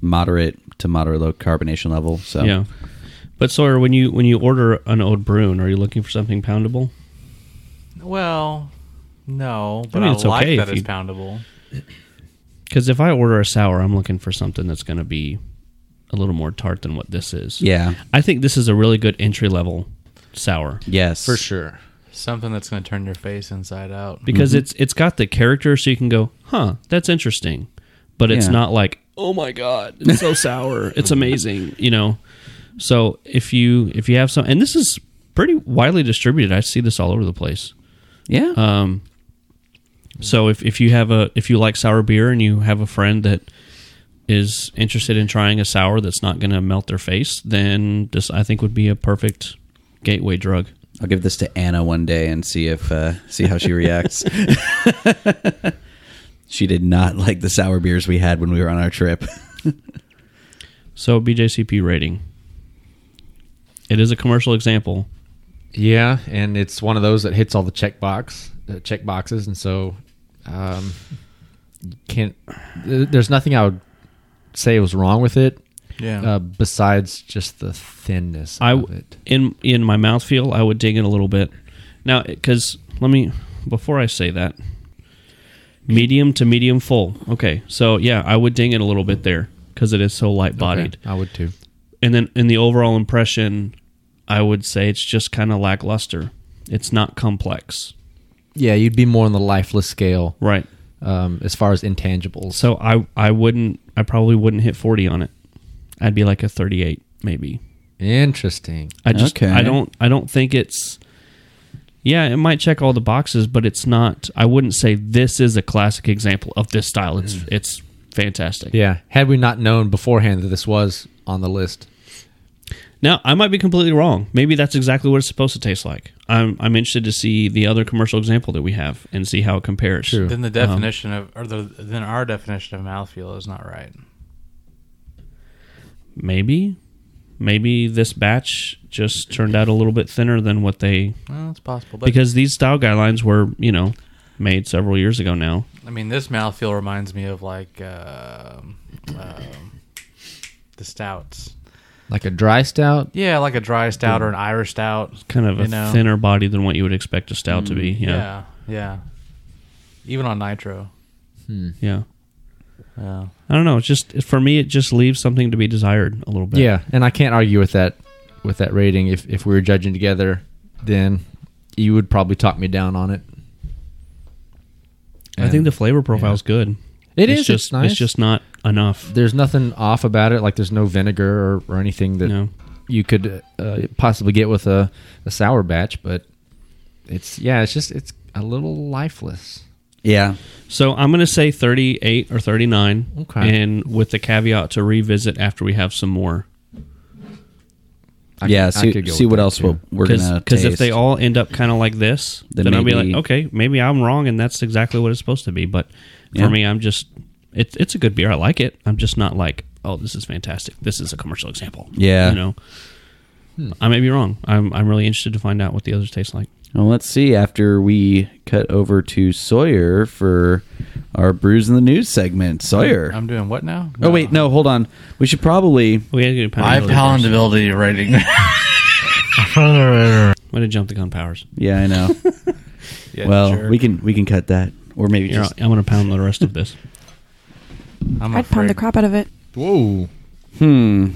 C: moderate to moderate low carbonation level. So
A: Yeah. But Sawyer, when you when you order an old brune, are you looking for something poundable?
B: Well, no, but I,
A: mean, it's
B: like
A: okay
B: that
A: if
B: it's
A: you-
B: poundable.
A: Because if I order a sour, I'm looking for something that's going to be a little more tart than what this is.
C: yeah,
A: I think this is a really good entry level sour
C: yes,
E: for sure.
B: Something that's going to turn your face inside out.
A: because
C: Mm-hmm.
A: it's it's got the character, so you can go, huh, that's interesting, but it's
C: Yeah.
A: not like, oh my god, it's so sour, it's amazing, [laughs] you know. So if you if you have some, and this is pretty widely distributed, I see this all over the place.
C: Yeah,
A: Um, so if, if you have a if you like sour beer and you have a friend that is interested in trying a sour that's not going to melt their face, then this I think would be a perfect gateway drug.
C: I'll give this to Anna one day and see if uh, see how
A: [laughs]
C: she reacts. she did not like the sour beers we had when we were on our trip.
A: So BJCP rating. It is a commercial example.
E: Yeah, and it's one of those that hits all the check box uh, check boxes, and so um, can't. th- There's nothing I would say was wrong with it,
B: Yeah.
E: uh, besides just the thinness
A: I
E: of
A: w-
E: it.
A: in in my mouthfeel, I would dig in a little bit. Now, because let me before I say that, medium to medium full. Okay, so yeah, I would ding it a little bit there because it is so light bodied.
E: Okay, I would too.
A: and then in the overall impression, I would say it's just kind of lackluster. It's not complex,
E: Yeah, you'd be more on the lifeless scale
A: right?
E: um, as far as intangibles.
A: So I I wouldn't I probably wouldn't hit forty on it. I'd be like a thirty eight maybe.
E: Interesting.
A: I just
C: Okay.
A: I don't I don't think it's. Yeah, it might check all the boxes, but it's not. I wouldn't say this is a classic example of this style. It's it's fantastic.
E: Mm. Yeah. Had we not known beforehand that this was on the list,
A: Now I might be completely wrong. Maybe that's exactly what it's supposed to taste like. I'm I'm interested to see the other commercial example that we have and see how it compares.
E: True.
B: then the definition of, or the then our definition of mouthfeel is not right.
A: maybe maybe this batch just turned out a little bit thinner than what they
B: Well, it's possible, but
A: because these style guidelines were you know made several years ago now
B: I mean, this mouthfeel reminds me of like um um, the stouts.
E: like a dry stout.
B: Yeah, like a dry stout or an Irish stout.
A: kind of a
B: You know. Mm,
A: thinner body than what you would expect a stout to be yeah
B: yeah, yeah. Even on nitro.
A: yeah,
B: Yeah.
A: i don't know it's just for me it just leaves something to be desired a little bit
E: Yeah, and I can't argue with that with that rating. If if we were judging together, then you would probably talk me down on it.
A: i think the flavor profile's good
E: It
A: it's
E: is,
A: just
E: it's nice.
A: it's just not enough
E: there's nothing off about it. Like there's no vinegar or, or anything that
A: No.
E: you could uh, possibly get with a, a sour batch. But it's yeah, it's just it's a little lifeless.
C: yeah,
A: so i'm going to say 38 or 39
E: Okay.
A: and with the caveat to revisit after we have some more
E: I
C: yeah.
E: could- I
C: See,
E: could go
C: see
E: with
C: what
E: that,
C: else
E: too.
C: we'll, we're gonna
A: because if they
C: taste.
A: all end up kind of like this, then,
C: Then
A: I'll be like,
C: maybe-
A: okay, maybe I'm wrong, and that's exactly what it's supposed to be. But for
C: Yeah.
A: me, I'm just it's it's a good beer. I like it. I'm just not like, oh, this is fantastic. This is a commercial example.
C: Yeah.
A: you know, I may be wrong. I'm I'm really interested to find out what the others taste like.
C: Well, let's see after we cut over to Sawyer for our brews in the news segment. Sawyer.
B: I'm doing what now?
C: oh wait, no, hold on. We should probably
A: We had to get a
D: My
A: pound.
D: palatability rating.
A: Way to jump the gun powers.
C: [laughs] Yeah, I know.
B: Yeah,
C: well,
B: sure.
C: we can we can cut that. Or maybe
A: Here,
C: just
A: I'm gonna pound the rest of
C: [laughs]
A: this.
B: I'm
F: I'd pound the
B: afraid.
F: crap out of it.
E: Whoa,
C: hmm.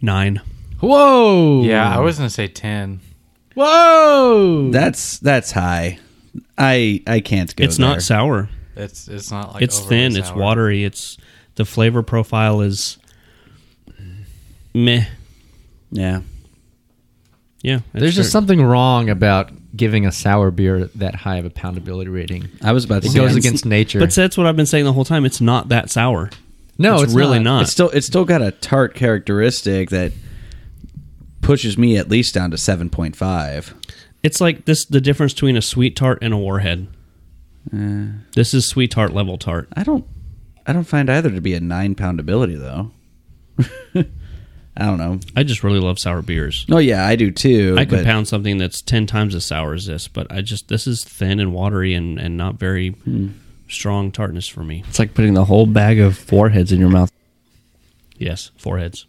A: Nine.
E: whoa,
B: Yeah, I was gonna say ten.
E: whoa.
C: That's that's high. I I can't go.
A: it's
C: there.
A: not sour.
B: It's it's not like
A: it's
B: overly
A: thin. It's
B: sour.
A: watery. It's the flavor profile is meh.
C: Yeah.
A: Yeah, that's
E: There's just
A: fair.
E: something wrong about giving a sour beer that high of a poundability rating.
C: I was about to
E: It
C: say
E: goes
C: I'm-
E: against nature.
A: But that's what I've been saying the whole time. It's not that sour.
E: no,
A: it's really not.
C: It's still it's still got a tart characteristic that pushes me at least down to seven point five.
A: It's like this the difference between a sweet tart and a warhead.
C: Uh,
A: This is sweet tart level tart.
C: I don't I don't find either to be a nine poundability though. [laughs] I don't know.
A: I just really love sour beers.
C: Oh yeah, I do too.
A: I could
C: but-
A: pound something that's ten times as sour as this, but I just this is thin and watery and and not very
C: Hmm.
A: strong tartness for me.
G: It's like putting the whole bag of foreheads in your mouth.
A: Yes, foreheads.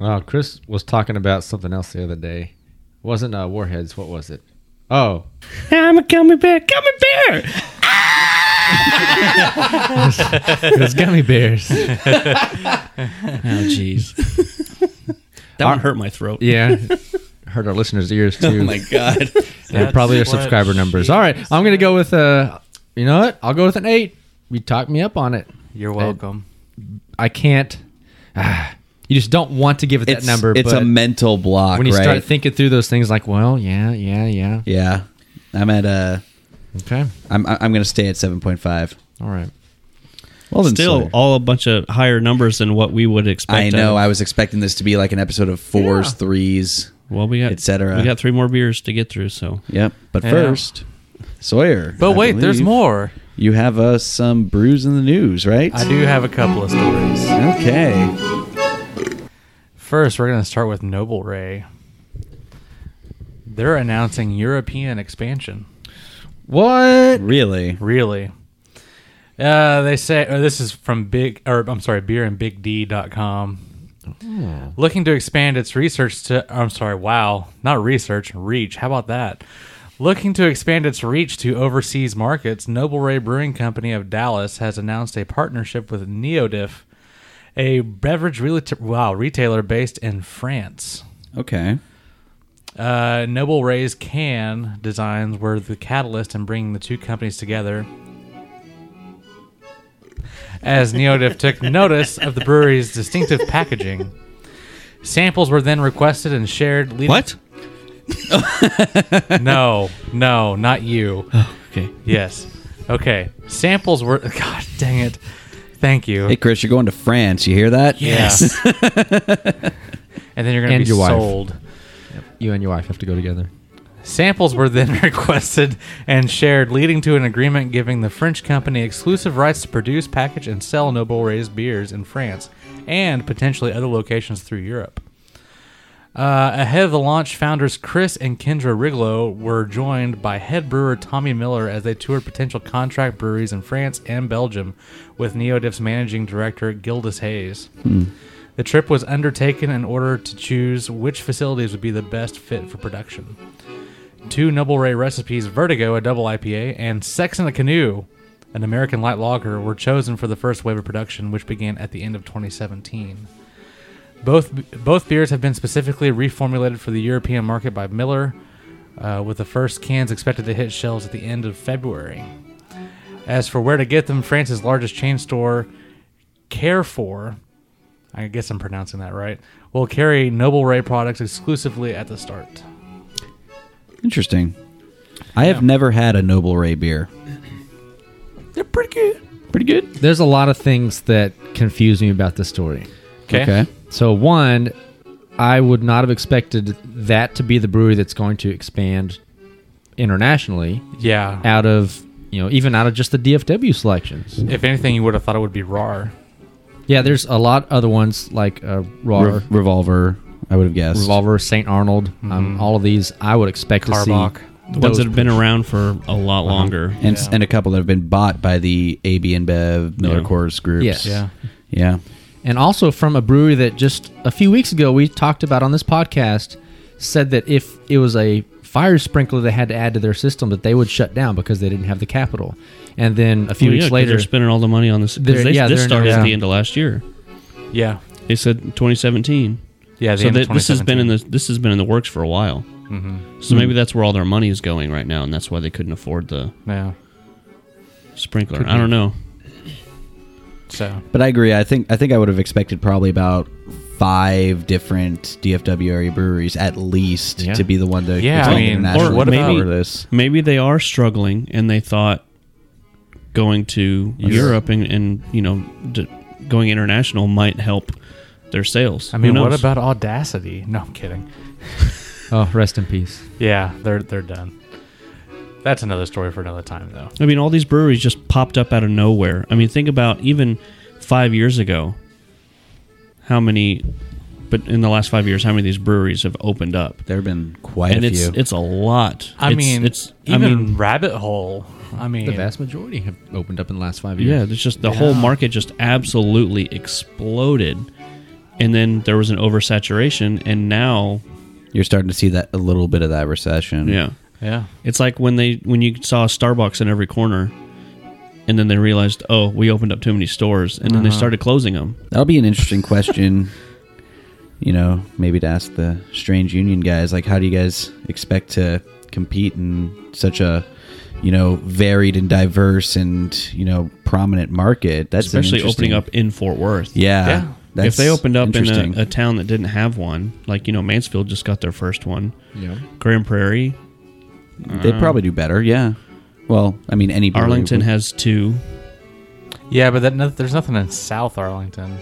E: Oh, Chris was talking about something else the other day. It wasn't uh, Warheads. What was it? Oh,
A: I'm a gummy bear, gummy bear.
E: it was gummy bears.
A: Oh
C: [laughs]
A: jeez, that one hurt my throat.
E: yeah. [laughs] Hurt our listeners' ears too. [laughs]
A: god.
E: and probably our
B: That's what
E: subscriber numbers. All right, I'm gonna go with uh you know what? I'll go with an eight. You talked me up on it.
B: You're welcome.
E: I can't. [sighs] ah, you just don't want to give it
C: It's,
E: that number.
C: it's
E: but
C: a mental block,
E: when you
C: right?
E: start thinking through those things, like, well, yeah, yeah, yeah.
C: yeah, I'm at uh,
E: Okay,
C: I'm I'm gonna stay at seven point five.
E: all right.
C: Well, then,
A: Still,
C: Sawyer.
A: all a bunch of higher numbers than what we would expect.
C: I
A: out
C: know.
A: of-
C: I was expecting this to be like an episode of fours, threes.
A: well, we got
C: et cetera.
A: We got three more beers to get through, so
C: Yep. But
B: Yeah.
C: first, Sawyer.
B: But
C: I
B: wait, there's
C: believe
B: more.
C: You have uh, some brews in the news, right?
B: I do have a couple of stories.
C: okay.
B: First, we're going to start with Noble Ray. They're announcing European expansion.
E: What?
C: Really?
B: Really? Uh, they say oh, this is from Big, or I'm sorry, beerandbigd.com. Looking to expand its research to, I'm sorry, wow, not research, reach. How about that? Looking to expand its reach to overseas markets, Noble Ray Brewing Company of Dallas has announced a partnership with Neodiff, a beverage relata- wow, retailer based in France.
C: Okay.
B: Uh, Noble Ray's can designs were the catalyst in bringing the two companies together. As Neodiff took notice of the brewery's distinctive packaging, samples were then requested and shared. Leading
A: what?
B: [laughs] No, no, not you.
A: Okay.
B: Yes. Okay. Samples were. [laughs] God dang it. Thank you.
C: Hey, Chris, you're going to France. You hear that?
B: yes. and then you're going
E: And
B: to be
E: your wife.
B: sold.
E: You and your wife have to go together.
B: Samples were then [laughs] requested and shared, leading to an agreement giving the French company exclusive rights to produce, package, and sell Noble Ray's beers in France and potentially other locations through Europe. Uh, ahead of the launch, founders Chris and Kendra Riglow were joined by head brewer Tommy Miller as they toured potential contract breweries in France and Belgium with Neodiff's managing director Gildas Hayes. The trip was undertaken in order to choose which facilities would be the best fit for production two Noble Ray recipes, Vertigo, a double IPA, and Sex in a Canoe, an American light lager, were chosen for the first wave of production, which began at the end of 2017. Both both beers have been specifically reformulated for the European market by Miller, uh, with the first cans expected to hit shelves at the end of February. As for where to get them, France's largest chain store, Carrefour, I guess I'm pronouncing that right, will carry Noble Ray products exclusively at the start.
C: Interesting. I have never had a Noble Ray beer.
B: They're pretty good.
C: Pretty good.
E: There's a lot of things that confuse me about this story.
C: Okay.
E: So one, I would not have expected that to be the brewery that's going to expand internationally
B: Yeah.
E: out of you know even out of just the DFW selections.
B: If anything, you would have thought it would be RAR.
E: Yeah, there's a lot other ones like uh, Raw,
C: Re- revolver, I would have guessed.
E: Revolver, St. Arnold, um, all of these I would expect
B: Mm-hmm. Carbach.
E: to see.
A: The ones
E: Those-
A: that have been around for a lot longer.
C: And, s
B: Yeah.
C: and a couple that have been bought by the AB and Bev Miller
A: Yeah.
C: Coors groups.
E: Yes.
B: Yeah.
C: Yeah.
E: And also from a brewery that just a few weeks ago we talked about on this podcast said that if it was a fire sprinkler they had to add to their system that they would shut down because they didn't have the capital. And then a few
A: Well, yeah,
E: weeks
A: 'cause
E: later
A: they're spending all the money on this. 'cause
E: They're-
A: They,
E: yeah,
A: this
E: they're in-
A: started at
B: yeah.
A: the end of last year.
B: Yeah.
A: They said 2017.
B: Yeah.
A: so th- this has been in the this has been in the works for a while.
E: Hmm.
A: So maybe that's where all their money is going right now, and that's why they couldn't afford the
B: Mm-hmm. Yeah.
A: sprinkler. I don't know.
B: So.
C: But I agree. I think I think I would have expected probably about five different DFW area breweries at least
E: Yeah.
C: to be the one to
B: Yeah, I
C: expand
B: mean, or
C: internationally
B: what
C: before
A: about-
C: this.
A: Maybe they are struggling, and they thought going to Europe and, and you know d- going international might help their sales.
B: I mean,
A: Who
B: what
A: knows?
B: about Audacity? No, I'm kidding.
E: Oh, rest in peace.
B: Yeah, they're they're done. That's another story for another time, though.
A: I mean, all these breweries just popped up out of nowhere. I mean, think about even five years ago. how many, but in the last five years, how many of these breweries have opened up?
C: There have been quite
A: and
C: a
A: it's
C: few.
A: it's a lot.
B: I
A: It's-
B: mean,
A: it's
B: even
A: I mean,
B: Rabbit Hole. I mean,
E: The vast majority have opened up in the last five
A: yeah.
E: years.
A: It's just the whole market just absolutely exploded, and then there was an oversaturation, and now
C: You're starting to see that a little bit of that recession.
A: yeah,
B: yeah.
A: it's like when they when you saw a Starbucks in every corner. And then they realized, oh, we opened up too many stores, and then
B: Uh-huh.
A: they started closing them.
C: That'll be an interesting question. [laughs] you know, maybe to ask the strange union guys, like, how do you guys expect to compete in such a, you know, varied and diverse and you know prominent market? That's an
A: especially opening
C: interesting-
A: up in Fort Worth.
C: Yeah,
B: Yeah.
A: if they opened up in
C: interesting.
A: a, a town that didn't have one, like you know Mansfield just got their first one,
E: Yeah.
A: Grand Prairie,
C: they'd probably do better. Yeah. Well, I mean, any brewery
A: Arlington
C: would-
A: has two.
B: Yeah, but that, no, there's nothing in South Arlington.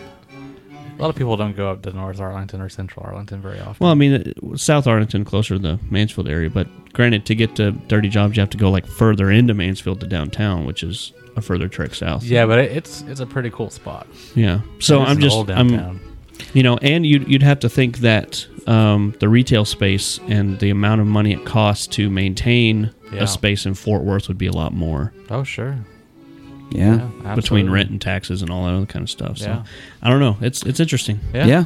B: A lot of people don't go up to North Arlington or Central Arlington very often.
A: Well, I mean it- South Arlington closer to the Mansfield area, but granted, to get to Dirty Jobs, you have to go like further into Mansfield to downtown, which is a further trek south.
B: yeah, but it, it's it's a pretty cool spot.
A: Yeah. So
B: It's
A: I'm
B: an
A: just
B: old
A: I'm
B: downtown.
A: you know, and you'd you'd have to think that um, the retail space and the amount of money it costs to maintain
B: Yeah.
A: a space in Fort Worth would be a lot more.
B: oh sure,
C: Yeah.
B: yeah,
A: between
B: absolutely.
A: rent and taxes and all that other kind of stuff. So
B: Yeah.
A: I don't know. It's it's interesting.
B: Yeah.
C: yeah.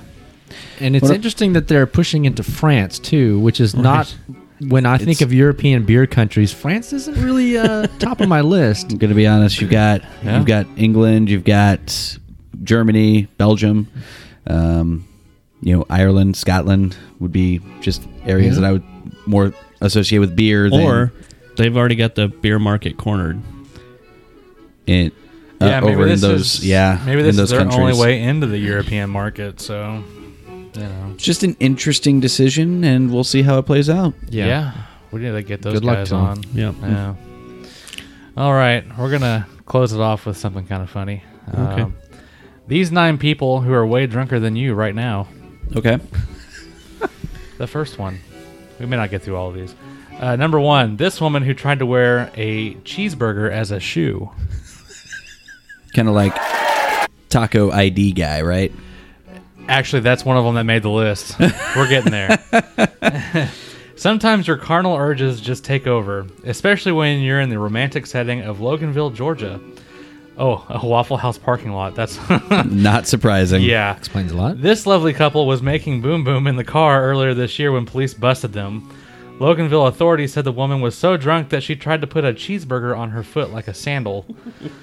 E: And it's
C: What a-
E: interesting that they're pushing into France too, which is not when I think
C: It's-
E: of European beer countries, France isn't really [laughs] uh, top of my list.
C: I'm gonna be honest. You've got
B: Yeah.
C: you've got England, you've got Germany, Belgium, um, you know Ireland, Scotland would be just areas that I would more associate with beer. Than
A: Or they've already got the beer market cornered.
C: in, uh,
B: yeah, maybe
C: over in
B: this
C: those
B: is,
C: yeah
B: maybe this
C: in those
B: is their
C: countries.
B: only way into the European market. So, you know,
C: It's just an interesting decision, and we'll see how it plays out.
B: yeah, we need to get those
E: Good luck
B: guys
E: to 'em.
B: on.
A: Yeah.
B: Yeah. All right, we're gonna close it off with something kind of funny. Um,
A: Okay.
B: these nine people who are way drunker than you right now.
C: Okay,
B: The first one. We may not get through all of these. Uh, number one, this woman who tried to wear a cheeseburger as a shoe.
C: kind of like taco ID guy, right?
B: Actually, that's one of them that made the list. We're getting there. [laughs] Sometimes your carnal urges just take over, especially when you're in the romantic setting of Loganville, Georgia. Oh, a Waffle House parking lot. That's [laughs]
C: Not surprising.
B: yeah.
E: Explains a lot.
B: This lovely couple was making boom boom in the car earlier this year when police busted them. Loganville authorities said the woman was so drunk that she tried to put a cheeseburger on her foot like a sandal.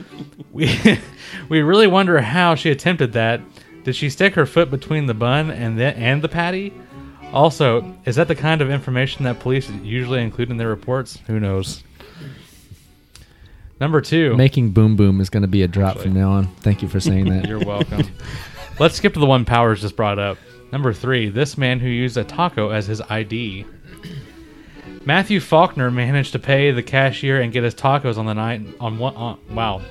B: [laughs] we, [laughs] we really wonder how she attempted that. Did she stick her foot between the bun and the, and the patty? Also, is that the kind of information that police usually include in their reports? Who knows? Number two.
E: Making boom boom is going to be a drop from now on. Thank you for saying
B: [laughs]
E: that.
B: You're welcome. Let's skip to the one Powers just brought up. Number three, this man who used a taco as his ID. Matthew Faulkner managed to pay the cashier and get his tacos on the night on one. On, wow,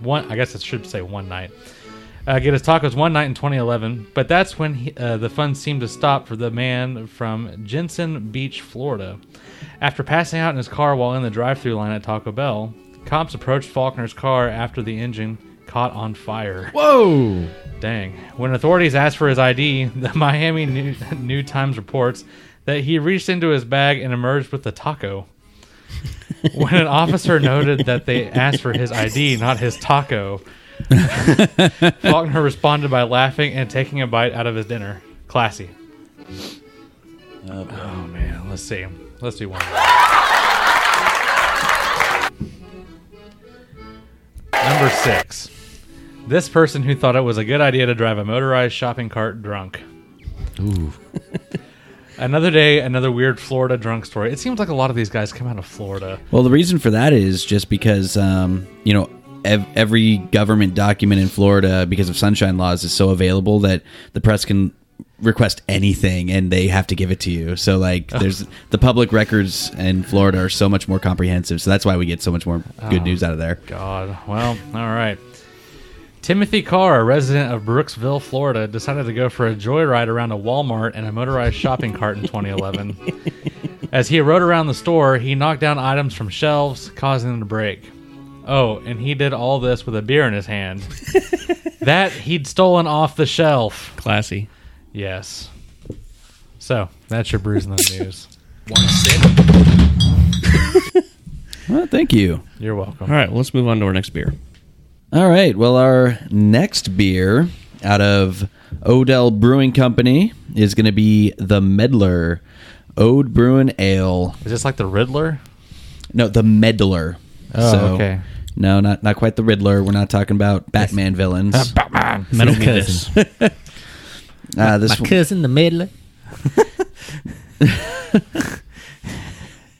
B: one. I guess I should say one night. Uh, get his tacos one night in 2011, but that's when he, uh, the fun seemed to stop for the man from Jensen Beach, Florida. After passing out in his car while in the drive-through line at Taco Bell, cops approached Faulkner's car after the engine caught on fire.
E: Whoa!
B: Dang. When authorities asked for his ID, the [laughs] Miami New, New Times reports that he reached into his bag and emerged with a taco. When an officer noted that they asked for his ID, not his taco, Faulkner responded by laughing and taking a bite out of his dinner. Classy. Oh, man. Let's see. Let's do one. Number six. This person who thought it was a good idea to drive a motorized shopping cart drunk. Ooh. another day, another weird Florida drunk story. It seems like a lot of these guys come out of Florida.
C: Well, the reason for that is just because um, you know ev- every government document in Florida, because of sunshine laws, is so available that the press can request anything and they have to give it to you. So like, there's the public records in Florida are so much more comprehensive. So that's why we get so much more good news out of there.
B: God. Well, all right. Timothy Carr, a resident of Brooksville, Florida, decided to go for a joyride around a Walmart and a motorized shopping cart in 2011. As he rode around the store, he knocked down items from shelves, causing them to break. Oh, and he did all this with a beer in his hand. that he'd stolen off the shelf.
A: Classy.
B: Yes. So that's your brews in the news.
C: Well, thank you.
B: You're welcome.
A: All right, well, let's move on to our next beer.
C: All right. Well, our next beer out of Odell Brewing Company is going to be the Medler Ode Brewing Ale.
B: Is this like the Riddler?
C: No, the Medler.
B: Oh, okay.
C: No, not not quite the Riddler. We're not talking about Batman villains.
A: Metal Kiss.
C: Uh, this one,
E: cousin, the middle.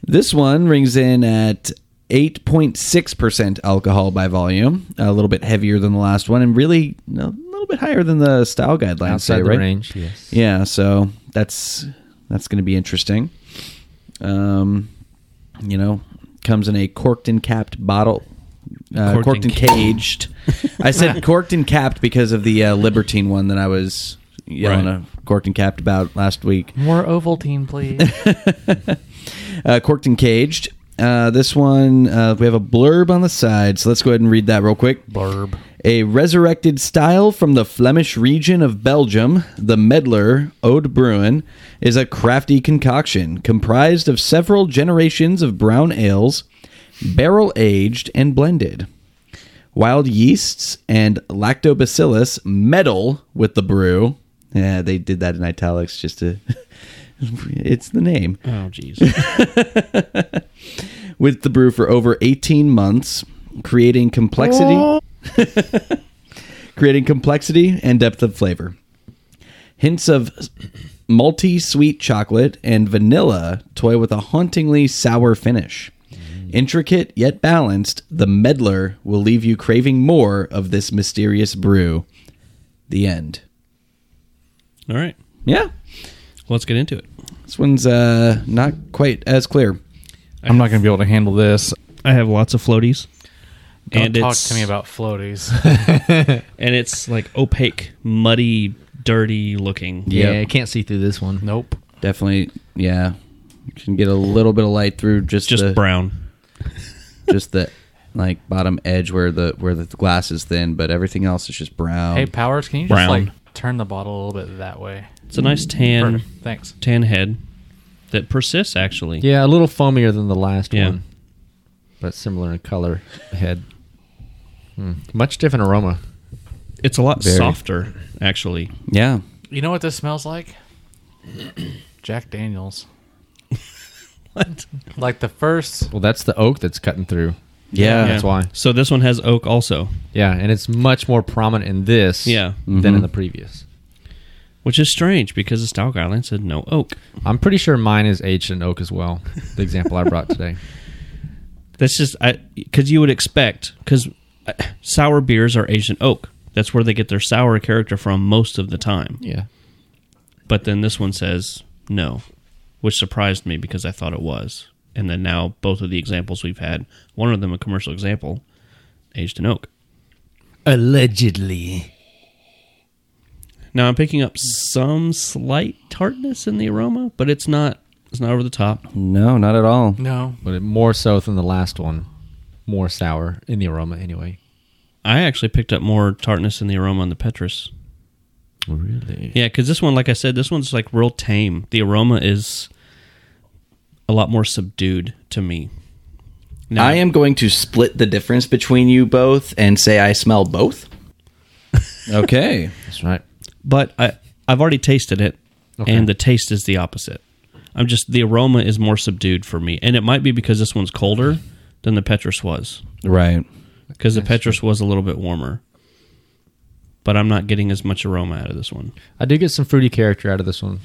C: This one rings in at 8.6% alcohol by volume, a little bit heavier than the last one, and really a little bit higher than the style guidelines
E: Outside
C: say,
E: the
C: right?
E: range, yes.
C: Yeah, so that's that's going to be interesting. Um, you know, comes in a corked and capped bottle. Uh,
A: Corked
C: corked,
A: and
C: and caged.
A: [laughs]
C: I said corked and capped because of the uh, Libertine one that I was yelling
A: Right.
C: a corked and capped about last week.
B: More Ovaltine, please.
C: [laughs] uh, corked and caged. Uh, this one, uh, we have a blurb on the side, so let's go ahead and read that real quick.
B: Blurb.
C: A resurrected style from the Flemish region of Belgium, the Medler Ode Bruin, is a crafty concoction comprised of several generations of brown ales, barrel aged and blended. Wild yeasts and lactobacillus meddle with the brew. Yeah, they did that in italics just to. [laughs] it's the name
A: Oh, jeez. [laughs]
C: with the brew for over 18 months, creating complexity, [laughs] creating complexity and depth of flavor. Hints of malty sweet chocolate and vanilla toy with a hauntingly sour finish. Intricate yet balanced, the meddler will leave you craving more of this mysterious brew. The end.
A: All right,
C: Yeah,
A: let's get into it.
C: this one's uh, not quite as clear.
B: I'm not going to be able to handle this.
A: I have lots of floaties.
B: Don't
A: and
B: talk
A: it's,
B: to me about floaties.
A: And it's like opaque, muddy, dirty looking.
E: Yeah,
C: Yep.
E: I can't see through this one.
B: nope.
C: Definitely, yeah. You can get a little bit of light through just
A: Just
C: the,
A: brown.
C: just the like bottom edge where the where the glass is thin, but everything else is just Um, brown.
B: Hey, Powers, can you just
A: Brown.
B: like turn the bottle a little bit that way?
A: It's a nice tan,
B: Perfect. Thanks.
A: tan head that persists, actually.
E: Yeah, a little foamier than the last
A: Yeah.
E: one, but similar in color. Head, Hmm. much different aroma.
A: It's a lot
C: Very.
A: softer, actually.
C: yeah,
B: You know what this smells like? [clears throat] Jack Daniels.
A: What?
B: Like the first.
E: Well, that's the oak that's cutting through.
C: yeah,
E: That's why.
A: So this one has oak also,
E: Yeah, and it's much more prominent in this
A: Yeah.
E: than
C: Mhm.
E: in the previous.
A: which is strange because the Stout Guideline said no oak.
E: I'm pretty sure mine is aged in oak as well. The example I brought today.
A: That's just I because you would expect because sour beers are aged in oak. That's where they get their sour character from most of the time.
E: Yeah.
A: But then this one says no, which surprised me because I thought it was. And then now both of the examples we've had, one of them a commercial example, aged in oak.
E: [laughs] Allegedly.
A: Now I'm picking up some slight tartness in the aroma, but it's not it's not over the top.
C: No, not at all.
B: No.
E: But it, more so than the last one. More sour in the aroma, anyway.
A: I actually picked up more tartness in the aroma on the Petrus.
E: Really?
A: Yeah, because this one, like I said, this one's like real tame. The aroma is a lot more subdued to me. Now,
C: I am going to split the difference between you both and say I smell both. okay,
E: That's right.
A: but I I've already tasted it,
E: Okay.
A: and the taste is the opposite. I'm just the aroma is more subdued for me, and it might be because this one's colder than the Petrus was,
C: right.
A: because the Petrus was a little bit warmer. But I'm not getting as much aroma out of this one.
E: I do get some fruity character out of this one.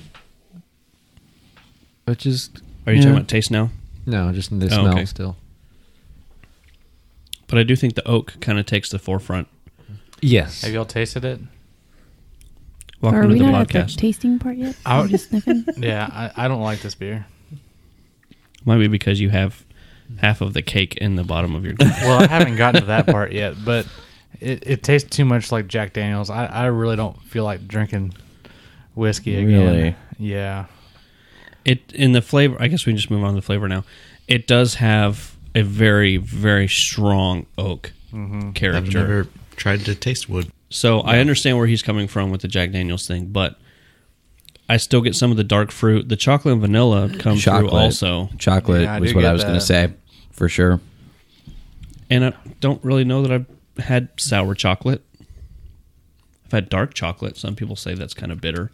E: Which is
A: Are you talking about taste now?
E: no, just in the
A: Oh,
E: smell
A: okay.
E: still.
A: But I do think the oak kind of takes the forefront.
E: Yes.
B: Have y'all tasted it?
A: Welcome
F: Are
A: to
F: we
A: the
F: not at the
A: podcast.
F: tasting part yet?
B: I-
F: We're just sniffing.
B: [laughs] Yeah, I, I don't like this beer.
A: might be because you have half of the cake in the bottom of your glass.
B: Well, I haven't gotten to that part yet, but it, it tastes too much like Jack Daniels. I, I really don't feel like drinking whiskey again.
C: Really?
B: Yeah.
A: It in the flavor. I guess we can just move on to the flavor now. It does have a very very strong oak character.
H: I've never tried to taste wood.
A: So I understand where he's coming from with the Jack Daniels thing, but I still get some of the dark fruit. The chocolate and vanilla come
C: Chocolate.
A: through also,
C: Chocolate
B: Yeah, I
C: was
B: do
C: what
B: get
C: I was going to
B: that.
C: say for sure.
A: and I don't really know that I've had sour chocolate. I've had dark chocolate. Some people say that's kind of bitter,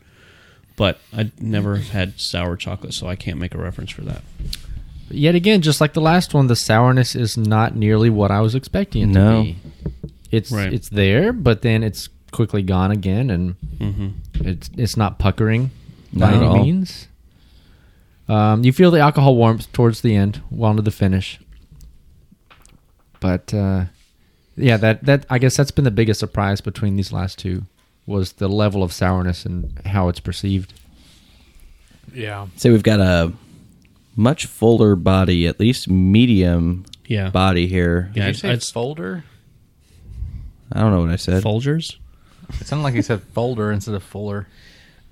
A: but I never have had sour chocolate, so I can't make a reference for that.
E: Yet again, just like the last one, the sourness is not nearly what I was expecting it to
G: No.
E: be. It's
A: Right.
E: it's there, but then it's quickly gone again, and
A: Mm-hmm.
E: it's it's not puckering
C: Not at
E: by any
C: all.
E: means. Um, you feel the alcohol warmth towards the end, well into the finish. But uh, yeah, that that I guess that's been the biggest surprise between these last two was the level of sourness and how it's perceived.
B: Yeah.
C: Say we've got a much fuller body, at least medium
A: Yeah,
C: body here.
A: yeah.
B: Did
A: I'd,
B: you say
A: I'd-
B: folder?
C: I don't know what I said.
A: Folgers.
B: It sounded like you said folder instead of fuller.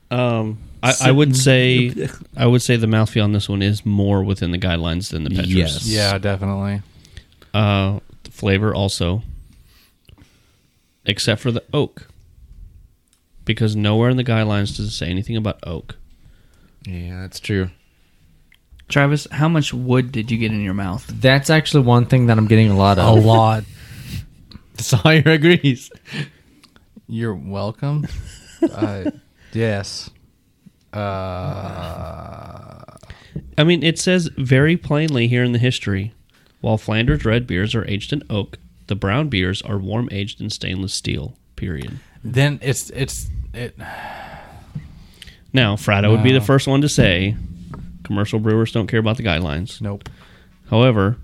A: Um, I, I would say [laughs] I would say the mouthfeel on this one is more within the guidelines than the Petrus.
C: Yes.
B: Yeah, definitely.
A: Uh, the flavor also, except for the oak, because nowhere in the guidelines does it say anything about oak.
E: Yeah, that's true.
G: Travis, how much wood did you get in your mouth?
E: That's actually one thing that I'm getting a lot of.
B: lot.
E: Sawyer agrees.
B: You're welcome. uh, yes. Uh,
A: I mean, it says very plainly here in the history, while Flanders red beers are aged in oak, the brown beers are warm aged in stainless steel. Period.
B: then it's it's it.
A: Now, Fratto would be the first one to say, commercial brewers don't care about the guidelines.
B: Nope.
A: However,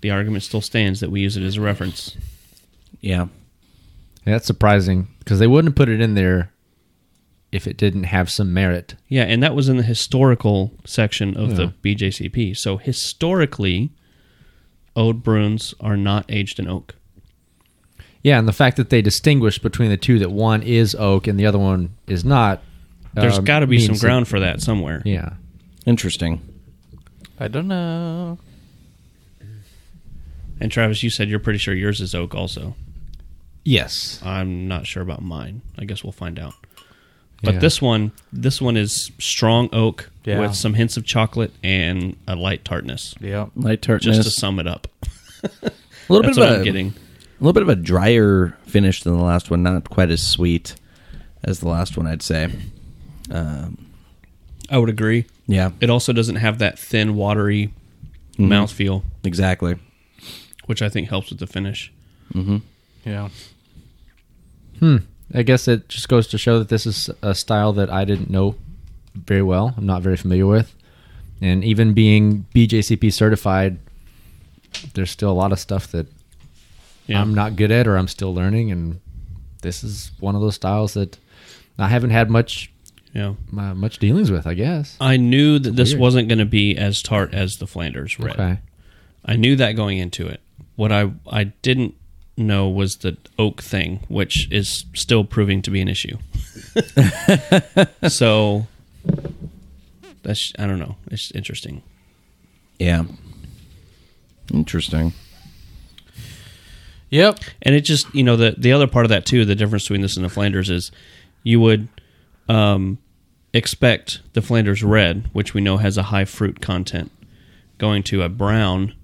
A: the argument still stands that we use it as a reference.
C: Yeah.
E: That's surprising because they wouldn't put it in there if it didn't have some merit.
A: Yeah, and that was in the historical section of the BJCP. So historically, old bruins are not aged in oak.
E: Yeah, and the fact that they distinguish between the two that one is oak and the other one is not.
A: There's
E: um,
A: got to be
E: means
A: some
E: that-
A: ground for that somewhere.
E: yeah.
C: Interesting.
B: I don't know.
A: And Travis, you said you're pretty sure yours is oak also.
E: Yes.
A: I'm not sure about mine. I guess we'll find out. But
E: Yeah.
A: this one, this one is strong oak
B: Yeah.
A: with some hints of chocolate and a light tartness.
B: Yep.
C: Light tartness.
A: Just to sum it up,
C: a little
A: that's
C: bit
A: what
C: of
A: I'm
C: a,
A: getting.
C: a little bit of a drier finish than the last one. Not quite as sweet as the last one, I'd say. Um,
A: I would agree.
C: yeah,
A: It also doesn't have that thin, watery mouthfeel,
C: exactly.
A: which I think helps with the finish.
B: Yeah.
E: I guess it just goes to show that this is a style that I didn't know very well. I'm not very familiar with. And even being BJCP certified, there's still a lot of stuff that
A: Yeah.
E: I'm not good at or I'm still learning. And this is one of those styles that I haven't had much
A: yeah.
E: uh, much dealings with, I guess.
A: I knew that this
E: Weird.
A: wasn't going to be as tart as the Flanders red.
E: Okay.
A: I knew that going into it. What I I didn't know was the oak thing, which is still proving to be an issue. so that's I don't know. It's interesting.
C: Yeah, interesting.
B: Yep.
A: And it just you know the the other part of that too, the difference between this and the Flanders is you would um, expect the Flanders red, which we know has a high fruit content, going to a brown,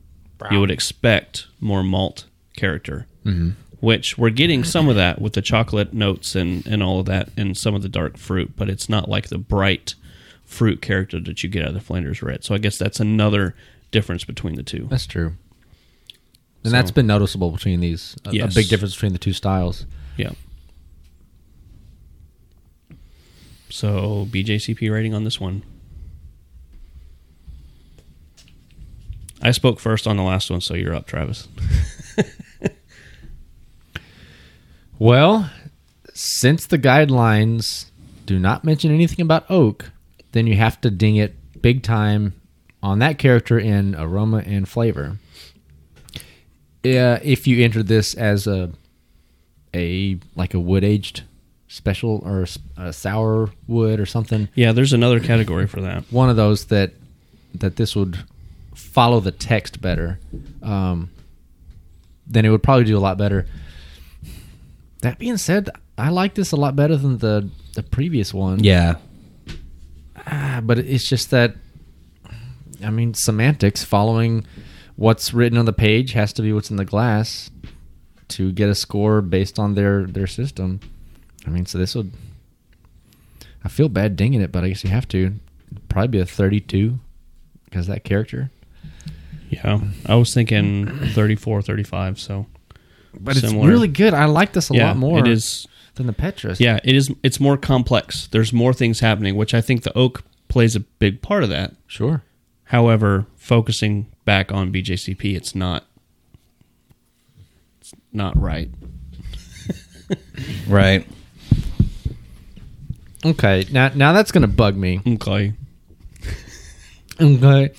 A: you would expect more malt character, mm-hmm. which we're getting some of that with the chocolate notes and and all of that and some of the dark fruit, but it's not like the bright fruit character that you get out of the Flanders red. So I guess that's another difference between the two.
E: That's true. And that's been noticeable between these. A,
A: Yes.
E: a big difference between the two styles.
A: Yeah. So BJCP rating on this one. I spoke first on the last one, so you're up, Travis.
E: Well, since the guidelines do not mention anything about oak, then you have to ding it big time on that character in aroma and flavor. Uh, if you enter this as a a like a wood aged special or s- a sour wood or something,
A: Yeah, there's another category for that.
E: one of those that that this would follow the text better, um, then it would probably do a lot better. That being said, I like this a lot better than the the previous one.
C: Yeah.
E: Ah, but it's just that I mean semantics following what's written on the page has to be what's in the glass to get a score based on their their system. I mean, so this would I feel bad dinging it, but I guess you have to. It'd probably be a 32 because that character.
A: Yeah. I was thinking 34, 35, so
E: But
A: Similar.
E: it's really good. I like this a lot more
A: It is
E: than the Petrus.
A: yeah, it is it's more complex. There's more things happening, which I think the oak plays a big part of that.
E: sure.
A: However, focusing back on BJCP, it's not it's not right.
C: Right.
E: Okay, now now that's gonna bug me.
A: Okay.
E: Okay.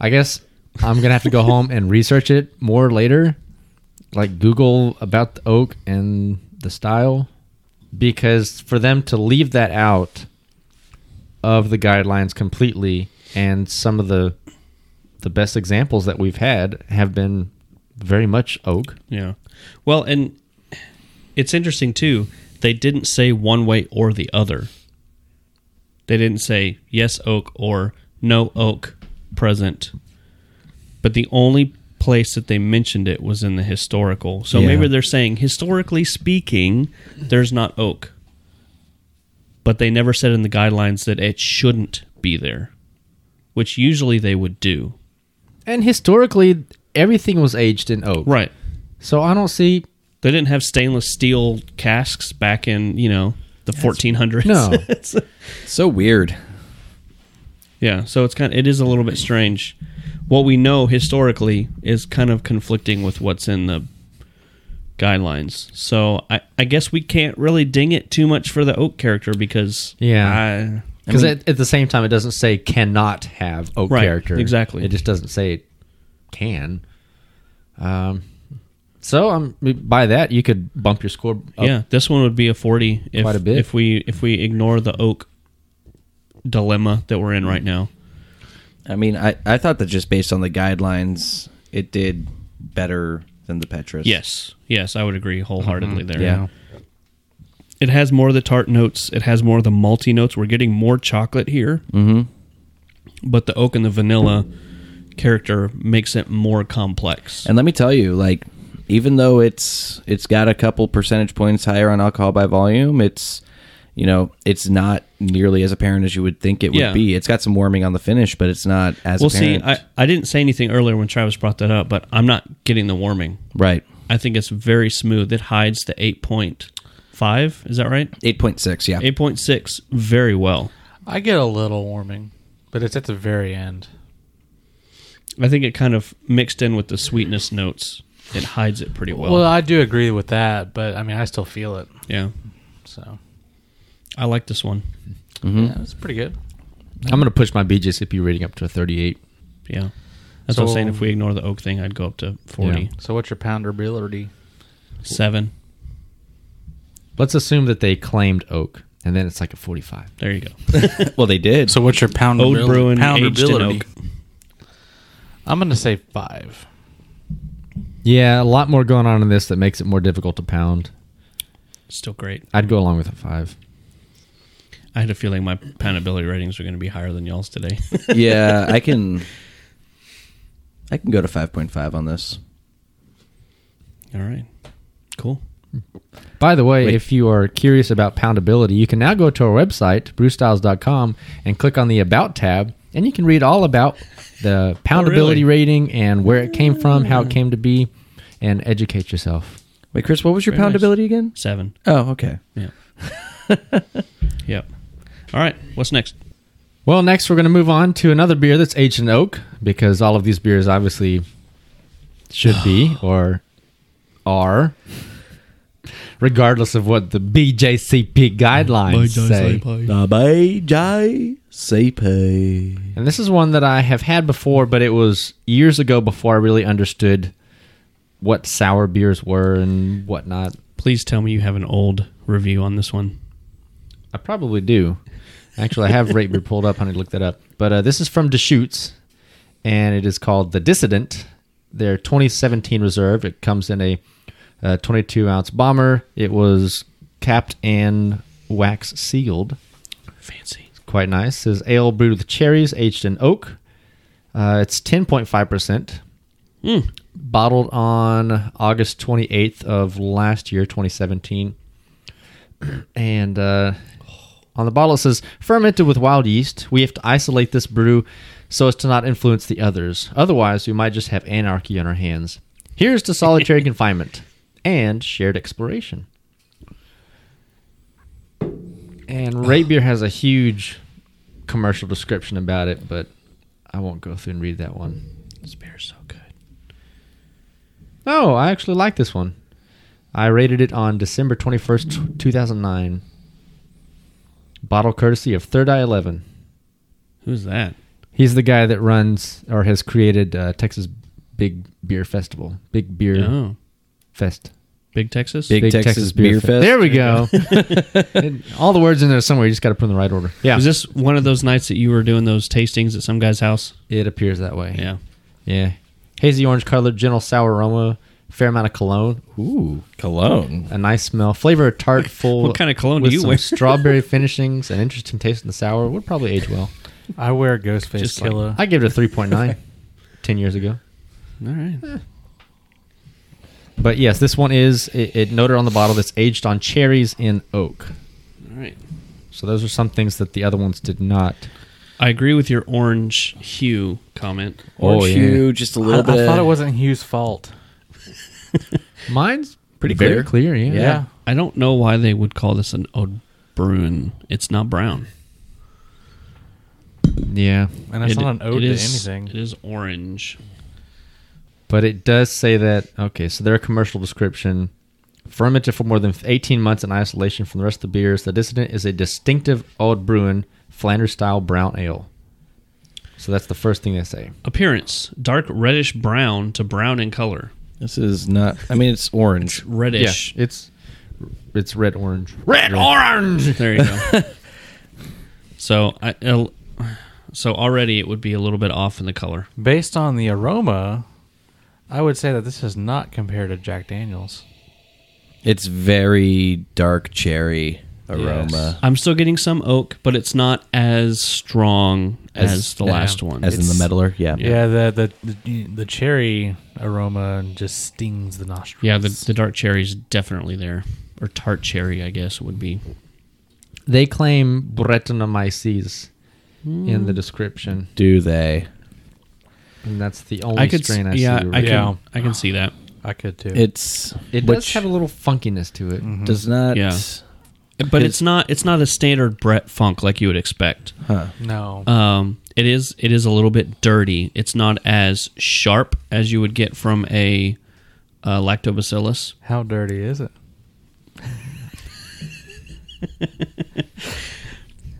E: I guess I'm gonna have to go home and research it more later, like Google about the oak and the style, because for them to leave that out of the guidelines completely, and some of the the best examples that we've had have been very much oak.
A: Yeah. Well, and it's interesting too. They didn't say one way or the other. They didn't say yes oak or no oak present. But the only place that they mentioned it was in the historical. So
C: Yeah.
A: maybe they're saying historically speaking, there's not oak. But they never said in the guidelines that it shouldn't be there, which usually they would do.
E: And historically, everything was aged in oak.
A: Right.
E: So I don't see
A: They didn't have stainless steel casks back in, you know, the 1400s.
E: no.
C: So weird.
A: [laughs] yeah, so it's kind of, it is a little bit strange. What we know historically is kind of conflicting with what's in the guidelines. So I, I guess we can't really ding it too much for the oak character because
E: Yeah.
A: I-
E: Because at, at the same time, it doesn't say cannot have oak
A: Right,
E: character.
A: exactly.
E: It just doesn't say it can. Um, so um, by that, you could bump your score up.
A: yeah, this one would be a 40 if
E: Quite a bit.
A: if we if we ignore the oak dilemma that we're in right now.
C: I mean, I, I thought that just based on the guidelines, it did better than the Petrus.
A: Yes. Yes, I would agree wholeheartedly there.
C: Mm-hmm. Yeah.
A: It has more of the tart notes. It has more of the malty notes. We're getting more chocolate here. Mm-hmm. But the oak and the vanilla character makes it more complex.
C: And let me tell you, like, even though it's it's got a couple percentage points higher on alcohol by volume, it's you know, it's not nearly as apparent as you would think it would
A: Yeah.
C: be. It's got some warming on the finish, but it's not as
A: well, see,
C: apparent.
A: I, I didn't say anything earlier when Travis brought that up, but I'm not getting the warming.
C: right.
A: I think it's very smooth. It hides the 8.5. Is that right?
C: Eight point six, yeah.
A: 8.6 very well.
B: I get a little warming, but it's at the very end.
A: I think it kind of mixed in with the sweetness notes. It hides it pretty well.
B: Well, I do agree with that, but I mean, I still feel it.
A: yeah.
B: So
A: I like this one.
B: yeah, it's pretty good.
E: I'm going to push my BJCP rating up to a 38.
A: Yeah. That's what I'm
B: So-
A: saying. If we ignore the oak thing, I'd go up to
E: Yeah.
A: 47.
B: So what's your ponderability?
E: Let's assume that they claimed oak, and then it's like a 45.
A: There you go.
C: Well they did.
B: So what's your pound
A: Old brewing aged in oak.
B: I'm gonna say five.
E: Yeah, a lot more going on in this that makes it more difficult to pound.
A: Still great.
E: I'd go along with a five.
A: I had a feeling my poundability ratings were going to be higher than y'all's today. [laughs]
C: yeah, I can I can go to five point five on this.
A: All right. Cool.
E: By the way,
C: Wait.
E: if you are curious about poundability, you can now go to our website, brewstyles.com, and click on the About tab, and you can read all about the poundability
A: really?
E: rating and where it came from, how it came to be, and educate yourself.
C: Wait, Chris, what was your
A: Very nice.
C: poundability again?
A: Seven.
C: Oh, okay.
A: Yeah. yep. All right. What's next?
E: Well, next we're going to move on to another beer that's aged in oak, because all of these beers obviously should be or are, regardless of what the BJCP guidelines say.
C: BJCP.
E: And this is one that I have had before, but it was years ago before I really understood what sour beers were and whatnot.
A: Please tell me you have an old review on this one.
E: I probably do. Actually, I have Rate Beer pulled up. I need to look that up. But uh, this is from Deschutes, and it is called The Dissident, their 2017 reserve. It comes in a uh, 22 ounce bomber. It was capped and wax sealed.
A: Fancy.
E: It's quite nice. It says ale brewed with cherries, aged in oak. Uh, it's 10.5%.
A: Mm.
E: Bottled on August 28th of last year, 2017. [clears throat] And uh, on the bottle it says fermented with wild yeast. We have to isolate this brew so as to not influence the others. Otherwise, we might just have anarchy on our hands. Here's
A: [laughs]
E: to solitary confinement and shared exploration. And Rate Beer has a huge commercial description about it, but I won't go through and read that one.
A: This beer is so good.
E: Oh, I actually like this one. I rated it on December 21st, 2009. Bottle courtesy of Third Eye 11.
A: Who's that?
E: He's the guy that runs or has created uh, Texas Big Beer Festival. Big Beer
A: Oh,
E: Fest.
A: Big Texas.
C: Big Texas Beer
E: Fe-
C: Fest.
E: There
A: [laughs]
E: we go. And all the words in there somewhere. You just got to put in the right order. Yeah.
A: Was this one of those nights that you were doing those tastings at some guy's house?
E: It appears that way.
A: Yeah.
E: Yeah. Hazy orange color, gentle sour aroma, fair amount of cologne. Ooh.
H: Cologne.
E: A nice smell. Flavor
A: [laughs]
E: of tart, full.
A: What kind of cologne
E: with
A: do you
E: some
A: wear?
E: strawberry finishings, an interesting taste in the sour. Would probably age well.
B: I wear Ghostface
A: Just like-
B: Killer.
E: I gave it
B: [laughs]
E: a 3.9 10 years ago.
A: All right.
E: But yes, this one is, it, it noted on the bottle that's aged on cherries in oak.
A: All right.
E: So those are some things that the other ones did not.
A: I agree with your orange hue comment.
C: Orange
E: Oh, yeah.
C: hue, just a
B: I,
C: little bit.
B: I thought it
C: of-
B: wasn't Hugh's fault.
E: Mine's pretty
C: Very
E: clear. clear, yeah.
B: Yeah.
A: I don't know why they would call this an Ode Bruin. It's not brown.
E: Yeah.
B: And it's
A: It-
B: not an ode
A: it
B: to
A: is-
B: anything.
A: It is orange.
E: But it does say that okay, so their commercial description fermented for more than 18 months in isolation from the rest of the beers. The dissident is a distinctive old Bruin Flanders style brown ale. So that's the first thing they say.
A: Appearance dark reddish brown to brown in color.
H: This is not. I mean, it's orange.
A: Reddish.
E: Yeah, it's it's red orange.
A: Red
B: [laughs]
A: orange. There you go. so I I'll- so already it would be a little bit off in the color.
B: Based on the aroma, I would say that this is not compared to Jack Daniels.
C: It's very dark cherry aroma,
A: I'm still getting some oak, but it's not as strong as,
C: As-
A: the last one.
C: as in the meddler. Yeah.
B: Yeah, the, the the the cherry aroma just stings the nostrils.
A: yeah, the, the dark cherry is definitely there, or tart cherry, I guess would be.
E: They claim Brettanomyces in the description,
C: Do they?
E: and that's the only
A: I could, s-
E: strain I
A: yeah,
E: see.
A: I can,
B: Yeah.
A: I can see that.
B: I could too.
C: It's
E: it does
C: which
E: have a little funkiness to it.
C: does not.
A: Yeah. But it's not, it's not a standard Brett funk like you would expect.
B: no,
A: Um, it is it is a little bit dirty. It's not as sharp as you would get from a uh, lactobacillus.
B: how dirty is it?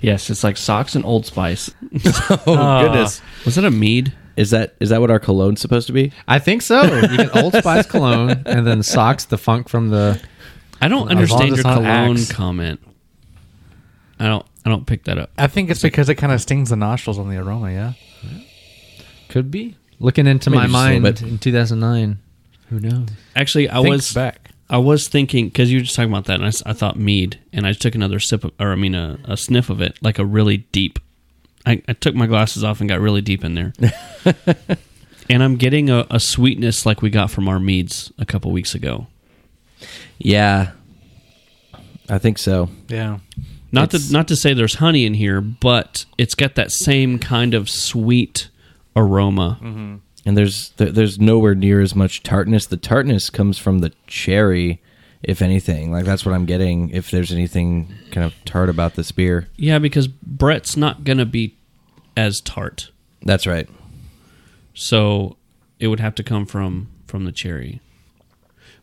G: Yes, it's like socks and Old Spice.
C: Oh goodness.
A: Was that a mead?
C: Is that is that what our cologne's supposed to be?
E: I think so. You get Old Spice cologne, and then socks the funk from the
A: I don't
E: As long
A: understand
E: as
A: your
E: it's not
A: cologne
E: Axe.
A: comment. I don't I don't pick that up.
B: I think it's because it kind of stings the nostrils on the aroma. Yeah,
E: Could be. Looking into
C: Maybe
E: my
C: just a little
E: mind
C: bit.
E: in 2009. Who knows?
A: Actually, I
B: Think
A: was
B: back.
A: I was thinking because you were just talking about that, and I s- I, thought mead, and I took another sip of, or I mean a, a sniff of it, like a really deep. I, I took my glasses off and got really deep in there, and I'm getting a, a sweetness like we got from our meads a couple weeks ago.
C: Yeah. I think so.
B: Yeah,
A: Not
C: It's-
A: to not to say there's honey in here, but it's got that same kind of sweet aroma.
C: and there's there, there's nowhere near as much tartness. The tartness comes from the cherry, if anything. Like that's what I'm getting. If there's anything kind of tart about this beer,
A: Yeah, because Brett's not gonna be as tart,
C: that's right.
A: so it would have to come from from the cherry.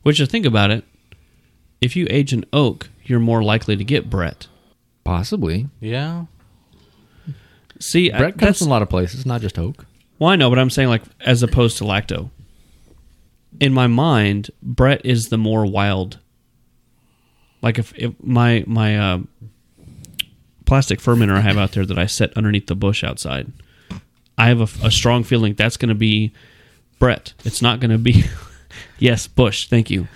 A: Which, to think about it, if you age an oak, you're more likely to get Brett.
E: Possibly.
B: yeah.
A: See, I,
E: Brett comes
A: that's
E: from a lot of places, not just oak.
A: well, I know, but I'm saying like as opposed to lacto. In my mind, Brett is the more wild. Like if, if my my uh, plastic fermenter I have out there that I set underneath the bush outside, I have a, a strong [laughs] feeling that's going to be Brett. It's not going to be yes Bush. Thank you.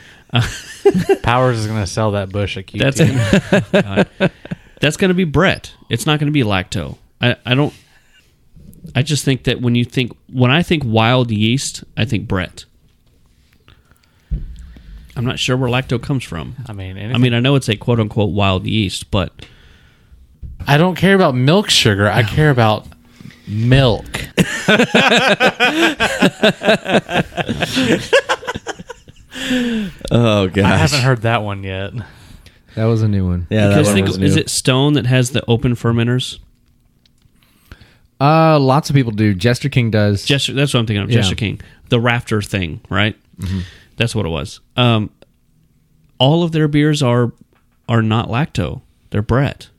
B: Powers is going to sell that bush at QT.
A: That's oh, God. that's going to be Brett. It's not going to be lacto. I, I don't. I just think that when you think when I think wild yeast, I think Brett. I'm not sure where lacto comes from.
B: I mean,
A: I mean, I know it's a quote unquote wild yeast, but
B: I don't care about milk sugar. I care about [laughs] milk.
I: Oh gosh.
B: I haven't heard that one yet.
E: That was a new one.
I: Yeah, that
A: Because
I: one
A: think,
I: was new.
A: is it Stone that has the open fermenters?
E: Uh, lots of people do. Jester King does.
A: Jester, that's what I'm thinking of.
E: Yeah.
A: Jester King, the rafter thing, right? That's what it was. Um, all of their beers are are not lacto. They're Brett.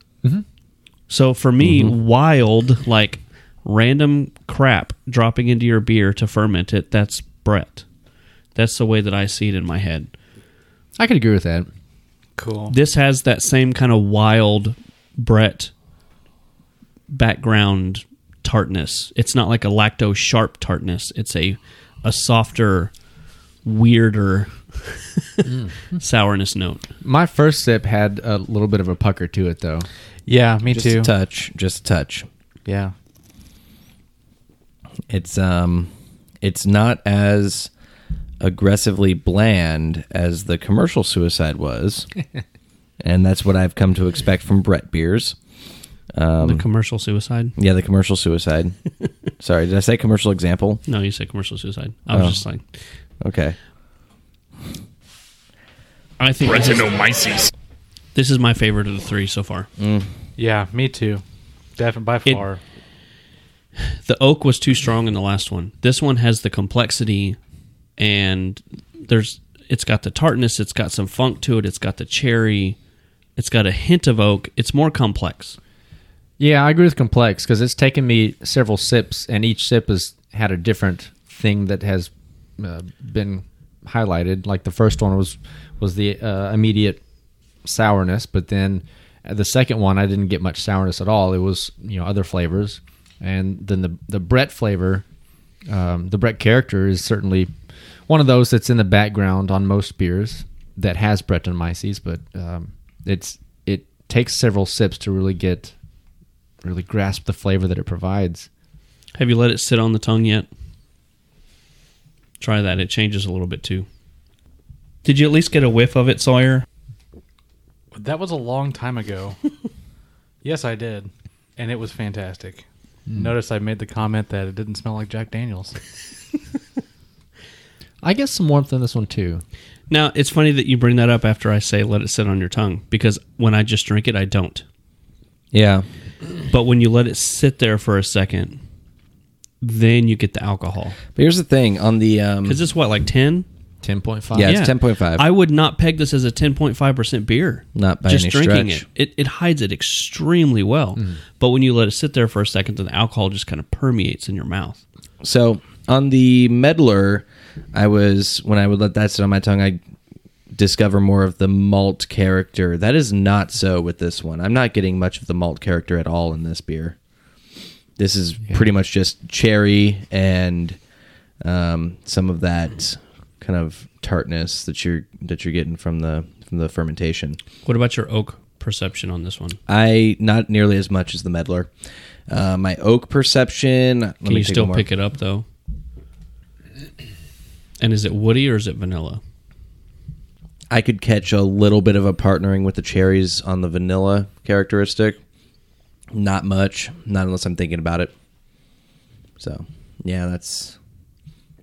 A: So for me, wild like random crap dropping into your beer to ferment it. That's Brett. That's the way that I see it in my head.
E: I could agree with that.
B: Cool.
A: This has that same kind of wild Brett background tartness. It's not like a lacto sharp tartness. It's a a softer, weirder [laughs] sourness note.
E: My first sip had a little bit of a pucker to it, though.
B: Yeah, me
C: just
B: too.
C: a touch, just a touch.
B: yeah.
C: It's um, it's not as aggressively bland as the commercial suicide was, and that's what I've come to expect from Brett beers.
A: the commercial suicide.
C: Yeah, the commercial suicide. Sorry, did I say commercial example?
A: No, you said commercial suicide. I was
C: Oh.
A: just like,
C: Okay.
A: I think this is, this is my favorite of the three so far.
B: Yeah, me too. Definitely by
A: It-
B: far.
A: the oak was too strong in the last one. This one has the complexity and there's it's got the tartness, it's got some funk to it, it's got the cherry, it's got a hint of oak. It's more complex.
E: Yeah, I agree with complex because it's taken me several sips, and each sip has had a different thing that has uh, been highlighted. Like the first one was was the uh, immediate sourness, but then uh, the second one I didn't get much sourness at all. It was you know other flavors, and then the the Brett flavor, um, the Brett character is certainly one of those that's in the background on most beers that has Brettanomyces, but um, it's it takes several sips to really get really grasp the flavor that it provides.
A: Have you let it sit on the tongue yet? Try that. It changes a little bit too. Did you at least get a whiff of it, Sawyer?
B: That was a long time [laughs] ago. yes, I did. And it was fantastic. Notice I made the comment that it didn't smell like Jack Daniels.
E: I get some warmth in this one too.
A: Now, it's funny that you bring that up after I say let it sit on your tongue because when I just drink it, I don't.
C: Yeah.
A: But when you let it sit there for a second, then you get the alcohol.
C: But here's the thing on the um
A: Because it's what, like 10?
E: Ten point five.
C: Yeah. it's 10.5.
A: I would not peg this as a 10.5% beer.
C: Not by
A: Just
C: any
A: drinking
C: stretch. Mm.
A: it. it. It hides it extremely well. But when you let it sit there for a second, then the alcohol just kind of permeates in your mouth.
C: So on the meddler, I was when I would let that sit on my tongue, I discover more of the malt character. That is not so with this one. I'm not getting much of the malt character at all in this beer. This is pretty much just cherry and um, some of that kind of tartness that you're that you're getting from the from the fermentation.
A: What about your oak perception on this one?
C: I not nearly as much as the meddler. Uh, my oak perception. Let
A: Can you
C: take
A: still
C: one more.
A: pick it up, though? And is it woody or is it vanilla?
C: I could catch a little bit of a partnering with the cherries on the vanilla characteristic. Not much, not unless I'm thinking about it. So, yeah, that's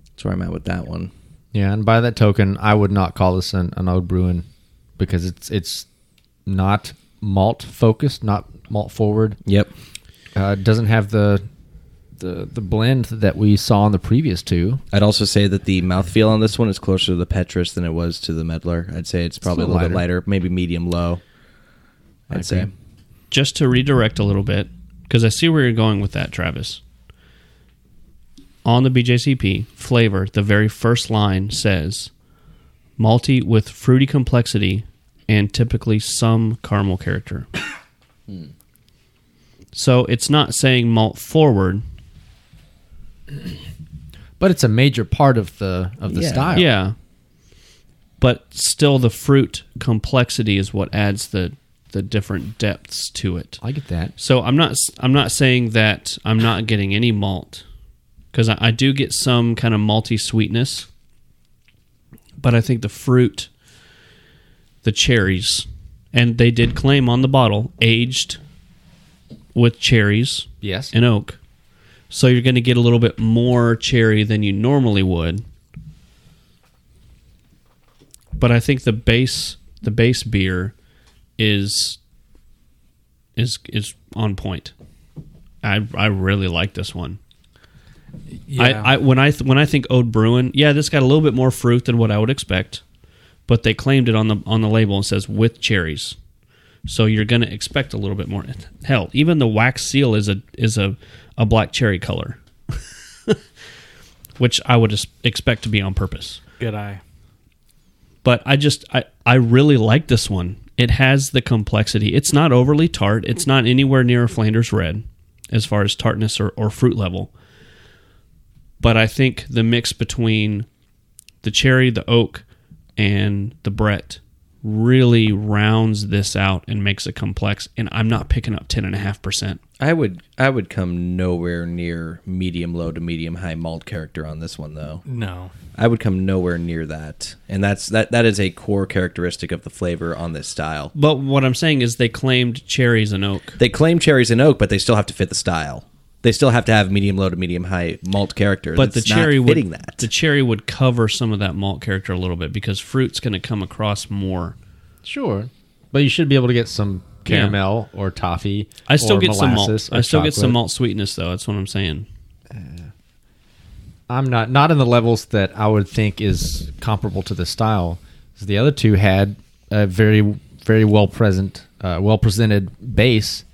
C: that's where I'm at with that one.
E: Yeah, and by that token, I would not call this an, an old brewing because it's it's not malt focused, not malt forward.
C: Yep.
E: Uh, it doesn't have the the the blend that we saw on the previous two.
C: I'd also say that the mouthfeel on this one is closer to the Petrus than it was to the Meddler. I'd say it's probably a little
E: little
C: bit lighter, maybe medium low. I'd say.
A: Just to redirect a little bit, because I see where you're going with that, Travis. On the BJCP flavor, the very first line says malty with fruity complexity and typically some caramel character. so it's not saying malt forward.
E: But it's a major part of the of the
C: Yeah.
E: style.
A: Yeah. but still the fruit complexity is what adds the the different depths to it.
E: I get that.
A: So I'm not I'm not saying that I'm not getting any malt because I, I do get some kind of malty sweetness, but I think the fruit, the cherries, and they did claim on the bottle aged with cherries
E: Yes.
A: and oak, so you're going to get a little bit more cherry than you normally would. But I think the base the base beer is is is on point. I I really like this one. I, I when I th- when I think Ode Bruin, yeah, this got a little bit more fruit than what I would expect, but they claimed it on the on the label and says with cherries, so you're going to expect a little bit more. Hell, even the wax seal is a is a a black cherry color, [laughs] which I would es- expect to be on purpose.
B: [laughs] good eye.
A: But I just I I really like this one. It has the complexity. It's not overly tart. It's not anywhere near a Flanders red as far as tartness or, or fruit level but I think the mix between the cherry, the oak, and the Brett really rounds this out and makes it complex. And I'm not picking up ten and a half percent.
C: I would I would come nowhere near medium low to medium high malt character on this one though.
B: No.
C: I would come nowhere near that. And that's that that is a core characteristic of the flavor on this style.
A: But what I'm saying is they claimed cherries and oak.
C: They claim cherries and oak, but they still have to fit the style. They still have to have medium low to medium high malt character.
A: But the
C: It's not
A: cherry would
C: fitting that.
A: the cherry would cover some of that malt character a little bit because fruit's going to come across more.
E: Sure. But you should be able to get some
A: Yeah.
E: caramel or toffee.
A: I still
E: or
A: get some malt. I
E: molasses
A: still
E: or
A: get some
E: chocolate.
A: malt sweetness though. That's what I'm saying.
E: I'm not not in the levels that I would think is comparable to the style. 'Cause The other two had a very very well present, uh, well presented base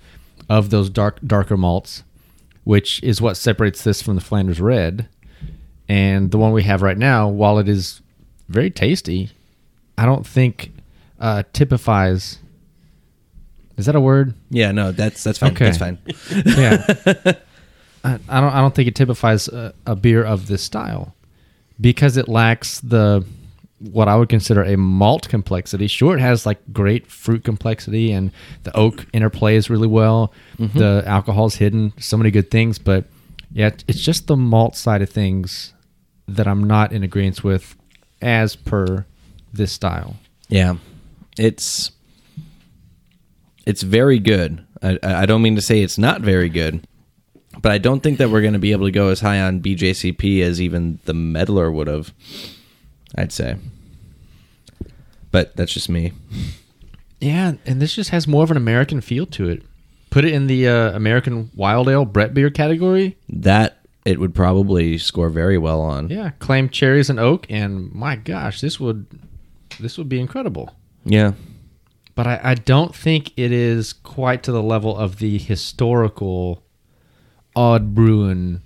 E: of those dark darker malts, which is what separates this from the Flanders Red. And the one we have right now, while it is very tasty, I don't think uh, typifies. Is that a word?
C: yeah, no, that's that's fine.
E: Okay.
C: That's fine.
E: yeah. [laughs] I, I don't. I don't think it typifies a, a beer of this style because it lacks the what I would consider a malt complexity. Sure, it has like great fruit complexity, and the oak interplays really well. The alcohol's hidden. So many good things, but yeah, it- it's just the malt side of things that I'm not in agreement with, as per this style.
C: Yeah, it's it's very good. I, I I don't mean to say it's not very good, but I don't think that we're going to be able to go as high on BJCP as even the meddler would have. I'd say, but that's just me.
E: Yeah, and this just has more of an American feel to it. Put it in the uh, American Wild Ale Brett beer category.
C: That it would probably score very well on.
E: Yeah, claim cherries and oak, and my gosh, this would this would be incredible.
C: Yeah.
E: But I, I don't think it is quite to the level of the historical odd Bruin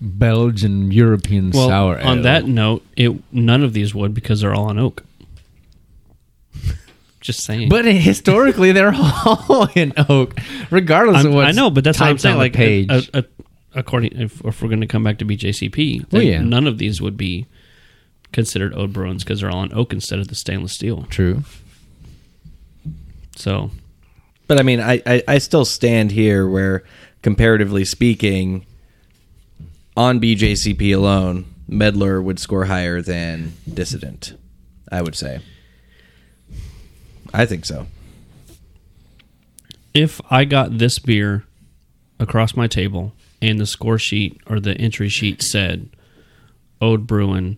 E: Belgian European
A: Well,
E: sour ale.
A: on that note, it none of these would because they're all on oak. [laughs] Just saying.
E: but historically, they're [laughs] all in oak, regardless
A: I'm-
E: of what
A: I know, but that's what I'm saying. Like,
E: page.
A: a- a- according if, if we're going to come back to BJCP, then
E: Well, yeah.
A: none of these would be considered oak Bruins because they're all on oak instead of the stainless steel.
E: True.
A: So
C: But I mean, I, I, I still stand here where, comparatively speaking, on BJCP alone, Medler would score higher than Dissident, I would say. I think so.
A: if I got this beer across my table and the score sheet or the entry sheet said Ode Bruin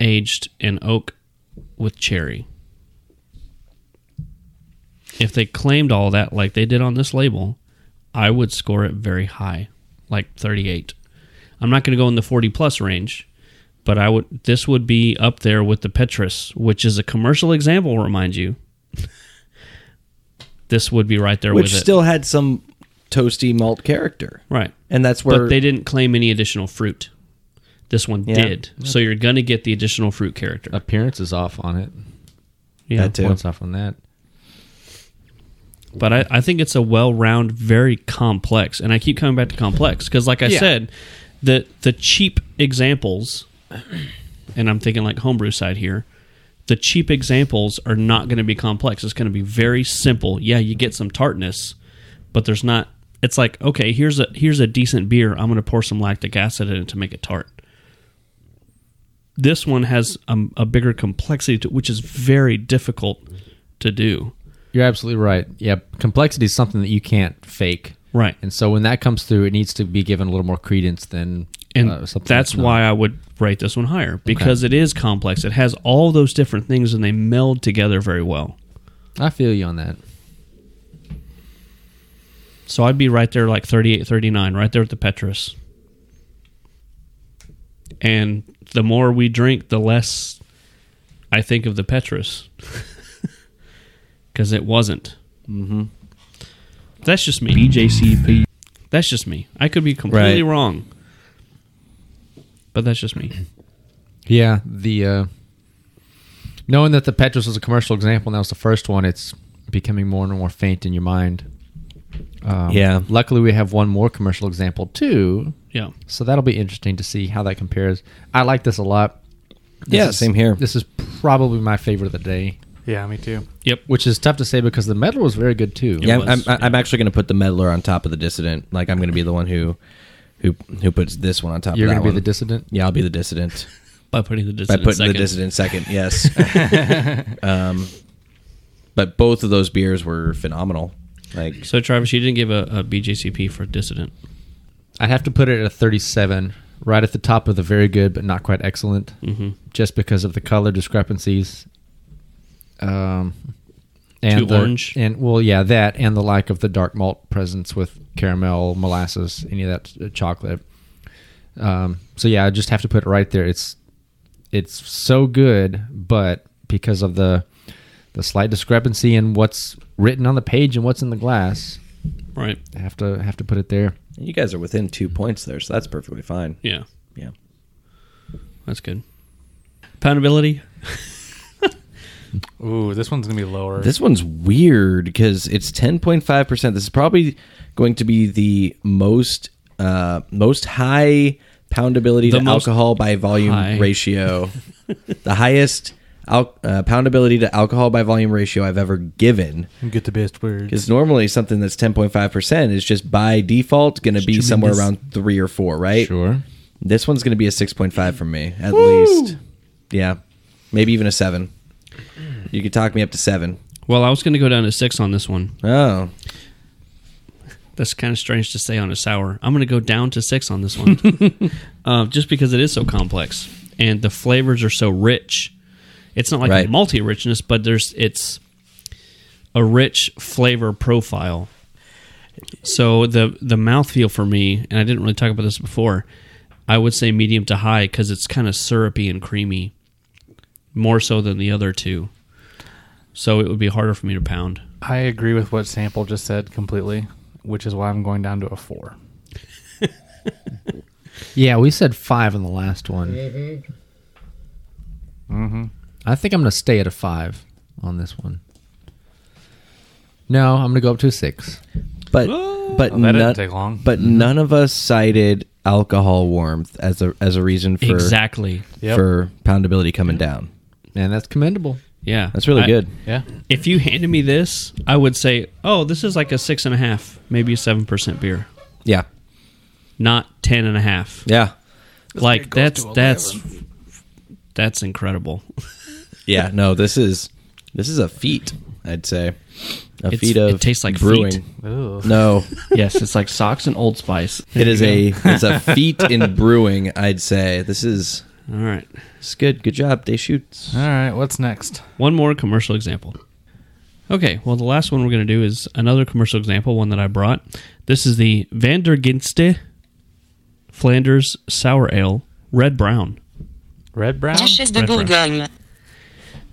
A: aged in oak with cherry. If they claimed all that like they did on this label, I would score it very high, like 38. I'm not going to go in the 40 plus range, but I would this would be up there with the Petrus, which is a commercial example, remind you. [laughs] this would be right there
C: Which
A: with it.
C: still had some toasty malt character.
A: Right.
C: And that's where.
A: but they didn't claim any additional fruit. This one
C: Yeah.
A: did. So you're going to get the additional fruit character.
E: Appearance is off on it.
A: yeah.
C: that too.
E: Points off on that.
A: But I, I think it's a well round, very complex. And I keep coming back to complex because, like I
E: Yeah.
A: said, the, the cheap examples, and I'm thinking like homebrew side here, the cheap examples are not going to be complex. It's going to be very simple. Yeah, you get some tartness, but there's not. It's like okay, here's a here's a decent beer. I'm going to pour some lactic acid in it to make it tart. This one has a, a bigger complexity, to, which is very difficult to do.
E: You're absolutely right. Yeah, complexity is something that you can't fake.
A: Right.
E: And so when that comes through, it needs to be given a little more credence than
A: and
E: uh, something
A: that's
E: not.
A: why I would rate this one higher because it is complex. It has all those different things and they meld together very well.
E: I feel you on that.
A: So I'd be right there like 38 39 right there with the Petrus. And the more we drink, the less I think of the Petrus. [laughs] Cuz it wasn't. Mhm. That's just me. BJCP. That's just me. I could be completely
C: Right.
A: wrong. But that's just me.
E: Yeah, the uh, knowing that the Petrus was a commercial example and that was the first one, it's becoming more and more faint in your mind. Um,
C: Yeah.
E: Luckily, we have one more commercial example too,
A: Yeah.
E: so that'll be interesting to see how that compares. I like this a lot. This
C: Yeah,
E: is-
C: same here.
E: This is probably my favorite of the day,
B: Yeah, me too.
A: Yep.
E: which is tough to say because the metal was very good too.
C: Yeah, I'm,
A: was,
C: I'm, I'm actually going to put the meddler on top of the dissident. Like I'm going to be the one who, who, who puts this one on top.
E: You're
C: of
E: going
C: that
E: to be the
C: one.
E: dissident.
C: Yeah, I'll be the dissident
A: By putting the
C: by
A: dissident
C: putting
A: second.
C: the dissident second.
A: [laughs]
C: Yes. um, but both of those beers were phenomenal. Like
A: So Travis, you didn't give a, a BJCP for dissident.
E: I'd have to put it at a 37, right at the top of the very good but not quite excellent,
A: Mm-hmm.
E: just because of the color discrepancies. Um, and
A: Too
E: the-
A: orange?
E: and well, yeah, that and the lack of the dark malt presence with caramel, molasses, any of that uh, chocolate. Um, so yeah, I just have to put it right there. It's it's so good, but because of the the slight discrepancy in what's written on the page and what's in the glass,
A: Right.
E: I have to have to put it there.
C: you guys are within two points there, so that's perfectly fine.
A: Yeah.
C: Yeah.
A: That's good. Poundability.
B: Ooh, this one's gonna be lower.
C: This one's weird because it's 10.5%. This is probably going to be the most uh, most high poundability
A: The
C: to
A: most
C: alcohol by volume
A: high. [laughs]
C: ratio. the highest al- uh, poundability to alcohol by volume ratio I've ever given.
B: Get the best words.
C: Because normally something that's 10.5% is just by default going to be somewhere around 3 or 4, right?
E: Sure.
C: This one's going to be a 6.5 from me, at least. Yeah. Maybe even a 7. You could talk me up to 7.
A: Well, I was going to go down to six on this one.
C: Oh.
A: That's kind of strange to say on a sour. I'm going to go down to six on this one,
C: [laughs]
A: uh, just because it is so complex and the flavors are so rich. It's not like
C: Right.
A: a multi richness, but there's it's a rich flavor profile. So the the mouthfeel for me, and I didn't really talk about this before. I would say medium to high because it's kind of syrupy and creamy, more so than the other two. So it would be harder for me to pound.
B: I agree with what Sample just said completely, which is why I'm going down to a four.
E: Yeah, we said five in the last one. Mm-hmm. I think I'm going to stay at a five on this one. No, I'm going to go up to a six.
C: But but
B: Well, Oh, that
C: none,
B: didn't take long.
C: but none of us cited alcohol warmth as a as a reason for
A: exactly.
B: Yep.
C: for poundability coming down.
E: And that's commendable.
A: Yeah,
C: That's really
A: I-
C: good.
B: Yeah.
A: If you handed me this, I would say, "Oh, this is like a six and a half, maybe a seven percent beer,
C: Yeah.
A: not ten and a half.
C: Yeah.
A: like that's that's that's incredible.
C: Yeah, no, this is this is a feat, I'd say. A
A: It's-
C: feat of
A: it tastes like
C: brewing.
A: feet.
B: Ooh.
C: No,
J: [laughs] yes, it's like socks and Old Spice.
C: it is a [laughs] it's a feat in brewing, I'd say. This is
A: All right,
C: it's good. Good job. They shoots.
B: All right. What's next?
A: one more commercial example. Okay, well, the last one we're going to do is another commercial example, one that I brought. This is the Vanderginste Flanders Sour Ale Red Brown.
B: Red brown.
A: Red Brown.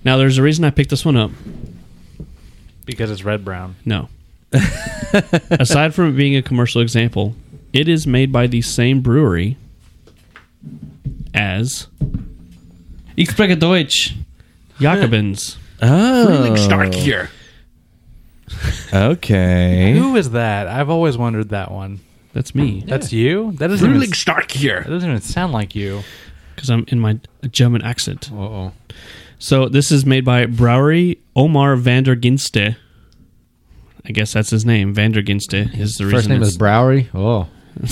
A: Now, there's a reason I picked this one up.
B: Because it's red brown.
A: No. [laughs] Aside from it being a commercial example, it is made by the same brewery as Ich spreche Deutsch. Jacobins.
C: Oh. Okay.
B: Who is that? I've always wondered that one.
A: That's me
B: That's you. That doesn't even, that doesn't even sound like you.
A: because I'm in my German accent.
E: Uh oh.
A: So this is made by Brouwery Omar Vanderginste. I guess that's his name. Vanderginste is the
E: First
A: reason.
E: name
A: it's-
E: is Browery.
A: [laughs]
E: Oh,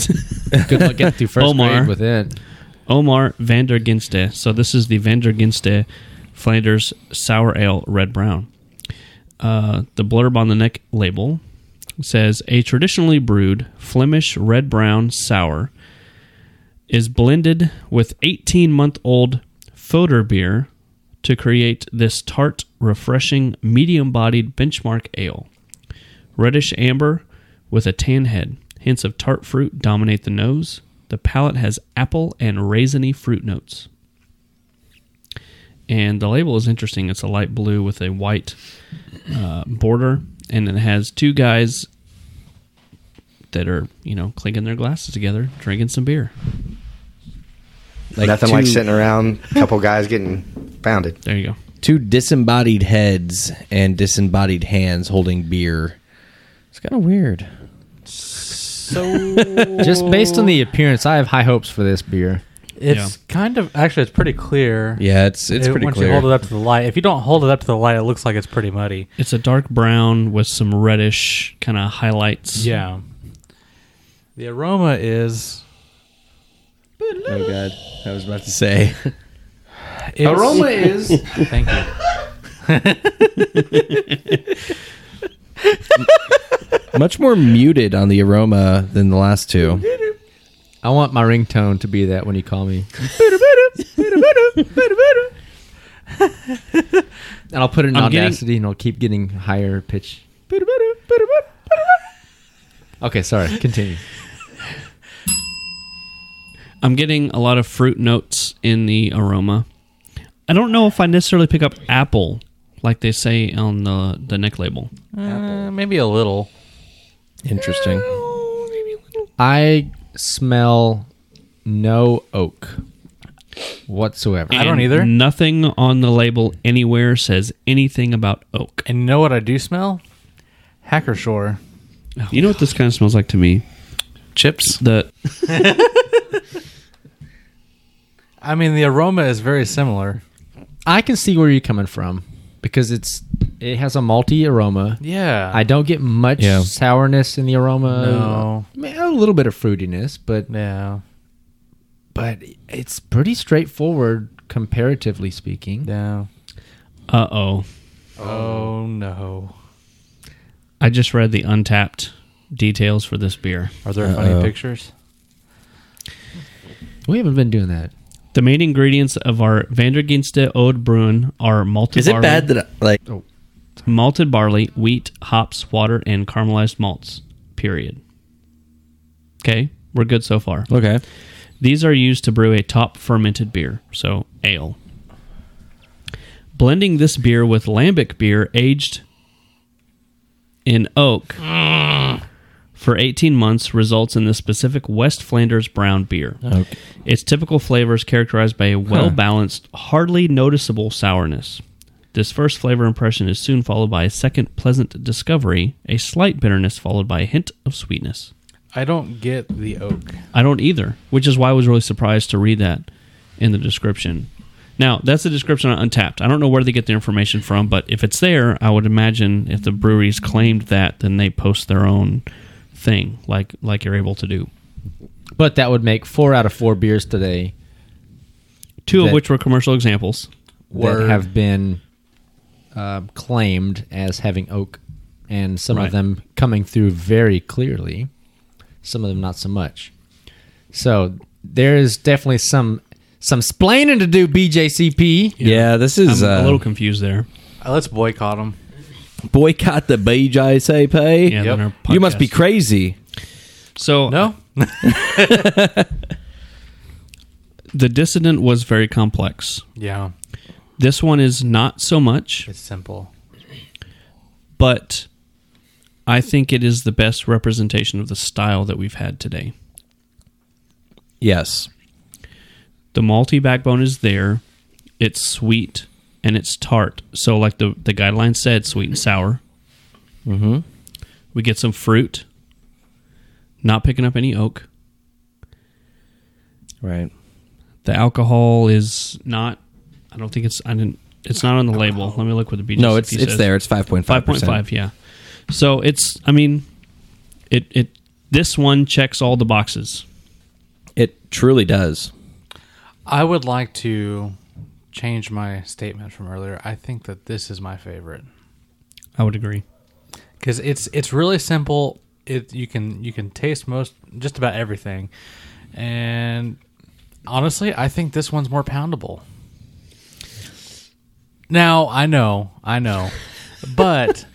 E: good luck getting through first
A: Omar.
E: grade with it.
A: Omar Vanderginste. So this is the Vanderginste Flanders Sour Ale Red Brown. Uh, the blurb on the neck label says a traditionally brewed Flemish red brown sour is blended with 18 month old Foder beer to create this tart, refreshing, medium bodied benchmark ale. Reddish amber with a tan head. Hints of tart fruit dominate the nose. The palate has apple and raisiny fruit notes. And the label is interesting. It's a light blue with a white uh, border, and it has two guys that are, you know, clinking their glasses together, drinking some beer.
K: Like
L: Nothing
K: two,
L: like sitting around, a couple guys getting pounded.
A: There you go.
C: Two disembodied heads and disembodied hands holding beer. It's kind of weird.
E: Just based on the appearance, I have high hopes for this beer.
B: It's kind of actually it's pretty clear.
C: Yeah, it's it's
B: It-
C: pretty
B: once
C: clear.
B: you hold it up to the light. If you don't hold it up to the light, it looks like it's pretty muddy.
A: It's a dark brown with some reddish kind of highlights.
B: Yeah. The aroma is
C: oh god, I was about to say.
B: it's- eh,
L: Aroma is
B: Thank you.
C: Much more muted on the aroma than the last two.
E: I want my ringtone to be that when you
A: [laughs]
E: call me. and I'll put it in
A: I'm getting-
E: Audacity and I'll keep getting higher pitch. Okay, sorry. Continue.
A: I'm getting a lot of fruit notes in the aroma. I don't know if I necessarily pick up apple like they say on the, the neck label.
B: Uh, maybe a little.
C: Interesting.
E: I smell no oak whatsoever.
B: I don't
A: And
B: either.
A: Nothing on the label anywhere says anything about oak.
B: And you know what I do smell? Hacker Shore.
A: You know what this kind of smells like to me?
M: Chips.
A: The
B: I mean, the aroma is very similar.
E: I can see where you're coming from because it's it has a malty aroma.
B: Yeah.
E: I don't get much
C: Yeah.
E: sourness in the aroma.
B: No.
E: I mean, a little bit of fruitiness, but
B: Yeah.
E: but it's pretty straightforward comparatively speaking.
B: Yeah.
A: uh oh,
B: Oh no.
A: I just read the untapped details for this beer.
B: Are there funny pictures?
E: We haven't been doing that.
A: The main ingredients of our Vanderginste Ode Bruin are malted
C: Is it
A: barley,
C: bad that I, like
A: malted barley, wheat, hops, water, and caramelized malts. Period. Okay, we're good so far.
C: okay?
A: These are used to brew a top fermented beer, so ale. Blending this beer with lambic beer aged in oak for 18 months results in the specific West Flanders brown beer. Its typical flavor is characterized by a well balanced, hardly noticeable sourness. This first flavor impression is soon followed by a second pleasant discovery, a slight bitterness followed by a hint of sweetness.
B: I don't get the oak.
A: I don't either, which is why I was really surprised to read that in the description. Now, that's the description on Untapped. I don't know where they get their information from, but if it's there, I would imagine if the breweries claimed that, then they post their own thing, like like you're able to do.
E: But that would make four out of four beers today
A: Two of
E: That-
A: which were commercial examples.
E: that have been uh, claimed as having oak, and some
A: Right.
E: of them coming through very clearly, some of them not so much. So there is definitely some some splaining to do, BJCP.
C: Yeah, this is
A: I'm
C: uh,
A: a little confused there.
B: Uh, let's boycott them.
C: boycott the BJCP.
A: Yeah,
B: Yep.
A: than our
C: You must be
A: podcast.
C: crazy.
A: so
B: No.
A: the dissident was very complex.
B: Yeah.
A: This one is not so much.
B: It's simple.
A: but I think it is the best representation of the style that we've had today.
C: Yes.
A: The malty backbone is there. It's sweet and it's tart. So, like the the guideline said, sweet and sour. Mm-hmm.
C: Mm-hmm.
A: We get some fruit. Not picking up any oak.
C: Right.
A: The alcohol is not. I don't think it's. I didn't. It's not on the label. Let me look what the BJCP
C: No, it's- it's
A: says.
C: there. It's 5.5%.
A: 5.5, yeah. So it's, I mean, it it this one checks all the boxes.
C: It truly does.
B: I would like to change my statement from earlier. I think that this is my favorite
A: I would agree.
B: because it's it's really simple. It you can you can taste most just about everything, and honestly, I think this one's more poundable. Now I know, I know, but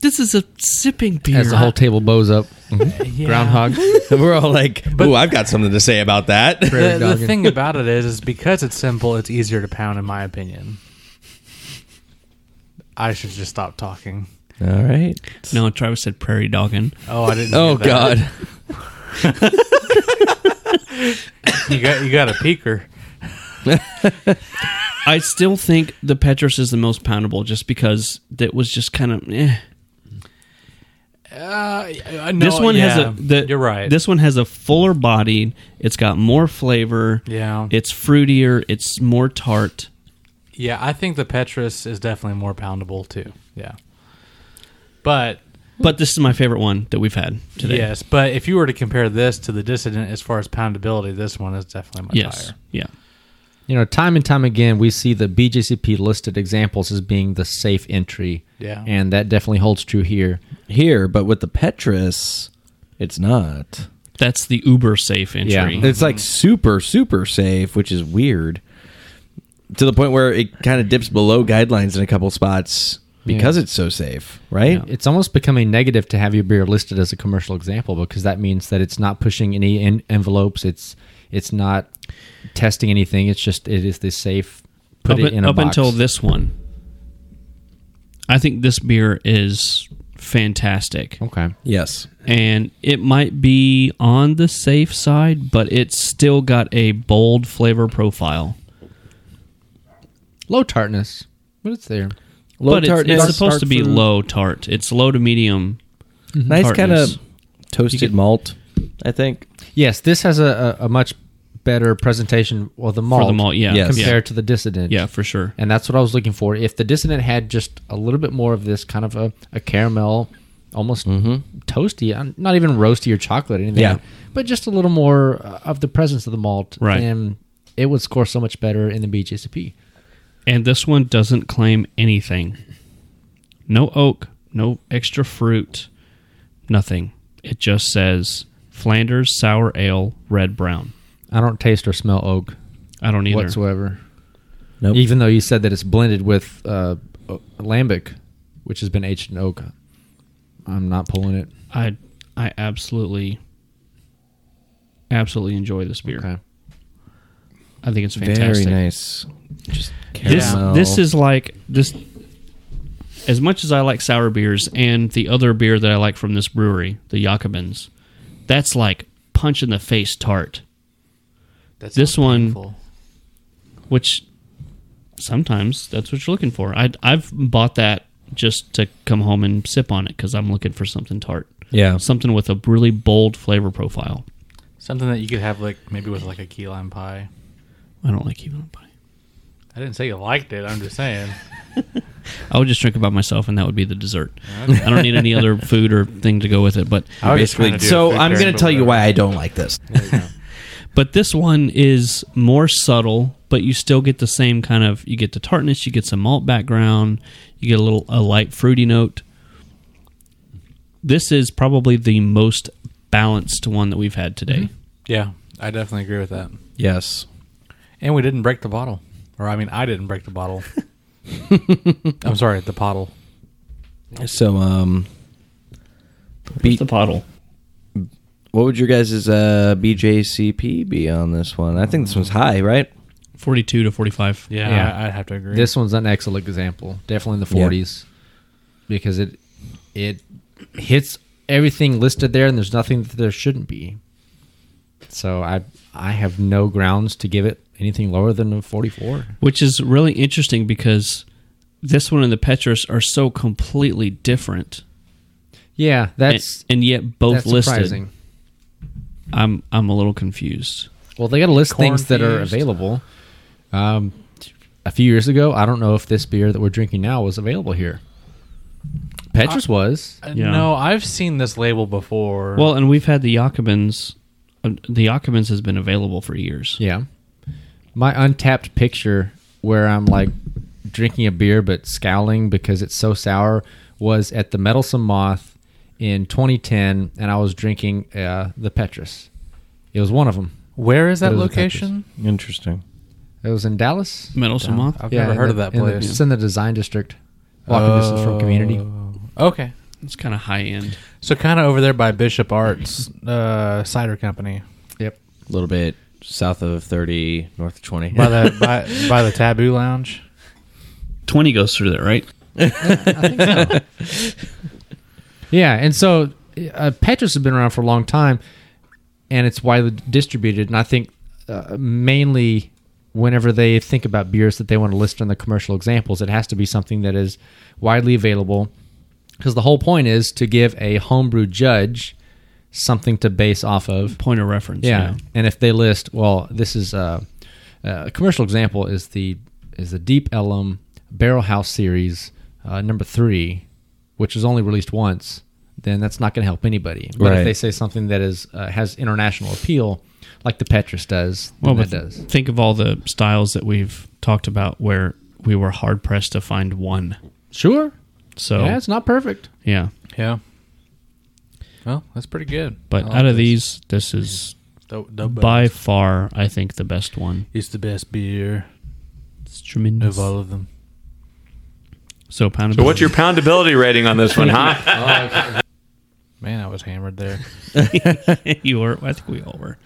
A: This is a sipping beer.
E: As the whole table bows
A: [laughs]
E: up. Mhm.
B: Yeah.
E: Groundhog.
N: We're all like, "Ooh, I've got something to say about that." [laughs]
B: the, the thing about it is, is because it's simple, it's easier to pound, in my opinion. I should just stop talking.
N: All right.
A: No, Travis said prairie dogging.
B: Oh, I didn't.
N: Oh,
B: hear that. you got you got a peeker.
A: I still think the Petrus is the most poundable just because that was just kind of eh.
B: Uh, I
A: this
B: know-
A: one
B: yeah,
A: has a the,
B: you're right.
A: This one has a fuller body. It's got more flavor.
B: Yeah.
A: It's fruitier, it's more tart.
B: yeah, I think the Petrus is definitely more poundable too. Yeah, but
A: But this is my favorite one that we've had today.
B: yes, but if you were to compare this to the Dissident as far as poundability, this one is definitely much
A: Yes.
B: higher.
A: Yeah.
E: You know, time and time again, we see the BJCP listed examples as being the safe entry.
B: Yeah.
E: And that definitely holds true here.
C: Here, but with the Petrus, it's not.
A: That's the uber safe entry.
E: Mm-hmm.
C: It's like super, super safe, which is weird. To the point where it kind of dips below guidelines in a couple spots because it's so safe, right?
E: It's almost becoming negative to have your beer listed as a commercial example because that means that it's not pushing any en- envelopes. It's it's not testing anything. It's just it is the safe. Put
A: up
E: it in a
A: up
E: box.
A: until this one. I think this beer is fantastic.
E: Okay.
C: Yes.
A: and it might be on the safe side, but it's still got a bold flavor profile.
E: Low tartness, but it's there.
C: Low
A: but it's-
C: tart-
A: it's,
C: dark-
A: supposed
C: dark
A: to be
C: fruit.
A: low tart. It's low to medium.
C: Nice kind of
A: tartness.
C: toasted
A: You get-
C: malt, I think.
E: Yes, this has a, a, a much better presentation of the malt,
A: the malt, yeah. Yes.
E: compared to the dissident.
A: Yeah, for sure.
E: And that's what I was looking for. If the dissident had just a little bit more of this kind of a, a caramel, almost
A: Mm-hmm.
E: toasty, uh, not even roasty or chocolate or anything,
C: Yeah.
E: but just a little more uh, of the presence of the malt,
A: Right.
E: and it would score so much better in the BJCP.
A: And this one doesn't claim anything. No oak, no extra fruit, nothing. It just says Flanders sour ale red brown.
E: I don't taste or smell oak
A: I don't either.
E: whatsoever.
C: Nope.
E: Even though you said that it's blended with uh, o- lambic, which has been aged in oak, I'm not pulling it.
A: I I absolutely absolutely enjoy this beer.
E: Okay.
A: I think it's fantastic.
C: Very nice. Just
A: This
C: caramel.
A: this is like this. As much as I like sour beers and the other beer that I like from this brewery, the Jacobins, that's like punch in the face tart,
B: That's
A: This one- which sometimes that's what you're looking for. I I've bought that just to come home and sip on it because I'm looking for something tart,
C: yeah.
A: something with a really bold flavor profile.
B: something that you could have like maybe with like a key lime pie.
A: I don't like even pie.
B: I didn't say you liked it. I'm just
A: [laughs]
B: saying.
A: I would just drink it by myself, and that would be the dessert. I don't need any
E: [laughs]
A: other food or thing to go with it. But
B: I was just trying
C: Basically,
B: to do a
C: so
B: food
C: I'm
B: pairing,
C: going to
B: but
C: tell you
B: whatever.
C: why I don't like this.
A: But this one is more subtle, but you still get the same kind of you get the tartness, you get some malt background, you get a little a light fruity note. This is probably the most balanced one that we've had today.
E: Mm-hmm.
B: Yeah, I definitely agree with that.
C: yes.
B: And we didn't break the bottle, or I mean, I didn't break
A: [laughs]
B: the bottle. I'm sorry, the bottle.
C: So, um, Beat-
A: the bottle.
C: what would your guys' uh, BJCP be on this one? I think this one's high, right?
A: 42 to 45.
B: Yeah,
E: Yeah.
B: I, I'd have to agree.
E: This one's an excellent example, definitely in the
C: Yeah.
E: forties, because it it hits everything listed there, and there's nothing that there shouldn't be. So I I have no grounds to give it anything lower than a forty-four.
A: Which is really interesting because this one and the Petrus are so completely different.
E: Yeah, that's
A: and, and yet both
E: that's
A: listed.
E: surprising.
A: I'm I'm a little confused.
E: Well, they got to list things that are
B: Cornfused.
E: available. Um, a few years ago. I don't know if this beer that we're drinking now was available here. Petrus was.
B: Uh,
A: Yeah.
B: No, I've seen this label before.
A: Well, and we've had the Jakobins. Uh, the Jakobins has been available for years.
E: Yeah. My untapped picture where I'm like drinking a beer but scowling because it's so sour was at the Meddlesome Moth in 2010, and I was drinking uh, the Petrus. It was one of them.
B: where is that
E: Those are
B: location?
C: Interesting.
E: It was in Dallas.
A: Meddlesome Moth.
B: I've never
E: in
B: heard of
E: the-
B: that
E: in the-
B: place.
E: it's in the design district. Walking distance from community.
B: Oh, Okay.
A: It's kind of high end.
B: So kind of over there by Bishop Arts uh, Cider Company.
E: Yep.
C: A little bit south of 30, north of 20.
B: By the by, by the Taboo Lounge.
A: 20 goes through there, right?
E: Yeah, and so uh, Petrus has been around for a long time, and it's widely distributed. And I think uh, mainly whenever they think about beers that they want to list on the commercial examples, it has to be something that is widely available, because the whole point is to give a homebrew judge something to base off of.
A: Point of reference.
E: Yeah, and if they list, well, this is uh, uh, a commercial example is the is the Deep Ellum Barrel House Series uh, number three, which is only released once. Then that's not going to help anybody. But
C: Right.
E: if they say something that is uh, has international appeal, like the Petrus does,
A: Well,
E: well,
A: but
E: that does.
A: think of all the styles that we've talked about where we were hard pressed to find one.
E: Sure,
A: So,
E: yeah, it's not perfect.
A: yeah.
B: Yeah. Well, that's pretty good.
A: But
B: I
A: out
B: like
A: of these,
B: this.
A: this is
B: the, the
A: by
B: best.
A: far, I think, the best one.
B: it's the best beer
A: It's tremendous.
B: of all of them.
A: So, pound
O: So what's your poundability rating on this one, huh?
B: [laughs] Man, I was hammered there.
A: [laughs] you were? I think we all were.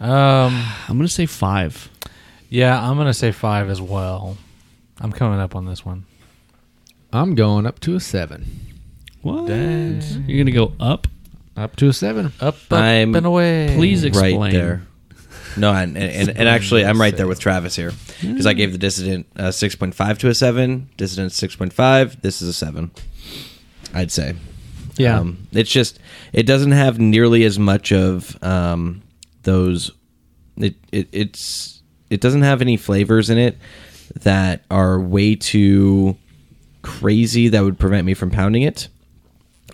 B: Um,
A: I'm going to say five.
B: yeah, I'm gonna say five as well. I'm coming up on this one.
E: I'm going up to a seven.
A: What? You're going to go up?
E: Up to a seven.
B: Up, up
C: [laughs] I'm-
B: and away.
A: Please explain.
C: Mm, Right there. No, and, and, and, and actually, I'm right there with Travis here because I gave the Dissident uh, 6.5 to a 7, Dissident 6.5. This is a 7, I'd say.
E: Yeah.
C: Um, it's just, it doesn't have nearly as much of um, those. It, it it's It doesn't have any flavors in it that are way too crazy that would prevent me from pounding it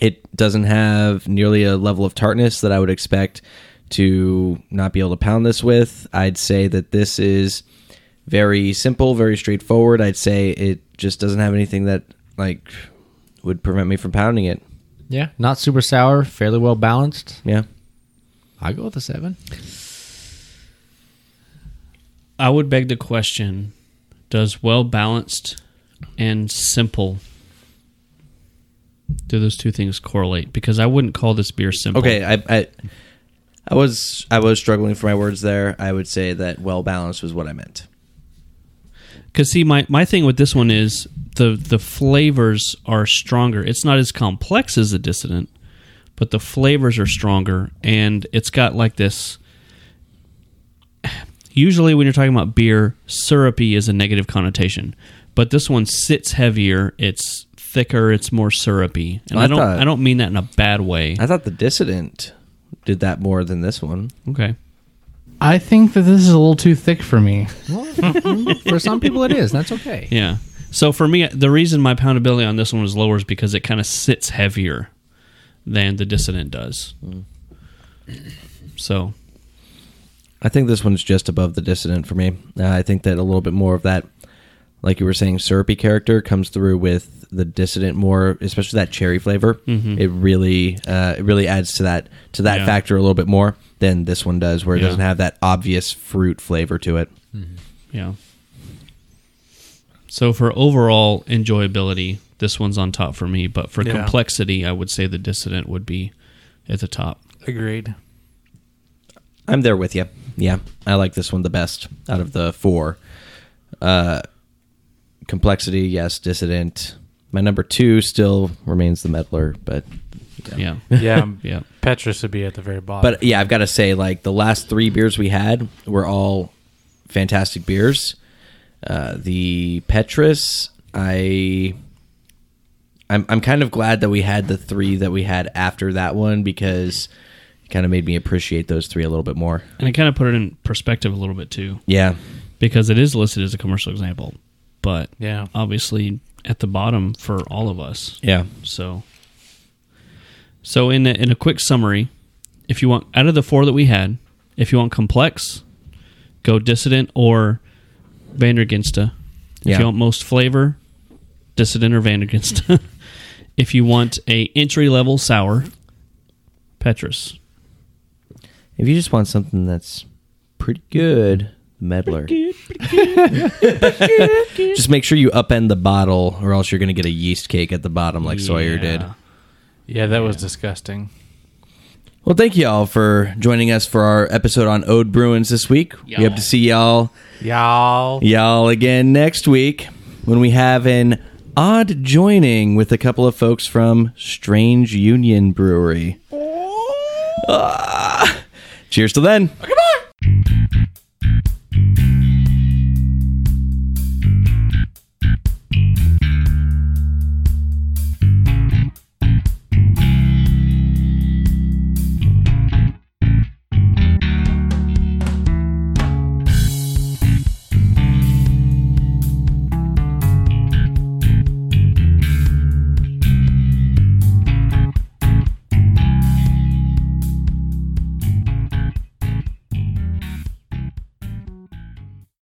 C: it doesn't have nearly a level of tartness that I would expect to not be able to pound this with. I'd say that this is very simple, very straightforward. I'd say it just doesn't have anything that like would prevent me from pounding it.
E: Yeah, not super sour, fairly well balanced.
C: Yeah.
E: I go with a seven.
A: I would beg the question Does well balanced and simple, do those two things correlate? Because I wouldn't call this beer simple.
C: Okay, I I, I was I was struggling for my words there. I would say that well balanced was what I meant.
A: Because, see, my, my thing with this one is the, the flavors are stronger. It's not as complex as the Dissident, but the flavors are stronger. And it's got like this. [sighs] Usually, when you're talking about beer, syrupy is a negative connotation. But this one sits heavier. It's thicker. It's more syrupy. And
C: I
A: I, don't
C: thought-
A: I don't mean that in a bad way.
C: I thought the dissident did that more than this one.
A: okay.
B: I think that this is a little too thick for me.
E: [laughs] For some people, it is. That's okay.
A: Yeah. So for me, the reason my poundability on this one was lower is because it kind of sits heavier than the Dissident does. So
C: I think this one's just above the dissident for me. Uh, I think that a little bit more of that, like you were saying, syrupy character comes through with the dissident more, especially that cherry flavor. It really, uh, it really adds to that to that
A: Mm-hmm. Yeah.
C: factor a little bit more than this one does, where it
A: Yeah.
C: doesn't have that obvious fruit flavor to it.
A: yeah. So for overall enjoyability, this one's on top for me. But for
B: Yeah.
A: complexity, I would say the Dissident would be at the top.
B: Agreed.
C: I'm there with you. Yeah, I like this one the best out of the four. Uh, complexity, yes, dissident. My number two still remains the meddler, but
A: Yeah.
B: [laughs] Yeah,
A: Yeah.
B: Petrus would be at the very bottom.
C: But yeah, I've got to say, like the last three beers we had were all fantastic beers. Uh, the Petrus, I, I'm, I'm kind of glad that we had the three that we had after that one because it kind of made me appreciate those three a little bit more.
A: And it kind of put it in perspective a little bit too.
C: Yeah,
A: because it is listed as a commercial example. But
B: Yeah.
A: obviously at the bottom for all of us.
C: Yeah.
A: So so in a, in a quick summary, if you want out of the four that we had, if you want complex, go dissident or Vanderginsta. If
C: Yeah.
A: you want most flavor, dissident or Vanderginsta. [laughs] if you want a entry level sour, Petrus.
C: If you just want something that's pretty good, Medler. [laughs] just make sure you upend the bottle, or else you're going to get a yeast cake at the bottom, like Sawyer did.
B: Yeah, that was disgusting.
C: Well, thank y'all for joining us for our episode on Ode Bruins this week. We hope to see y'all
B: Y'all.
C: y'all again next week when we have an odd joining with a couple of folks from Strange Union Brewery. Ah. cheers till then.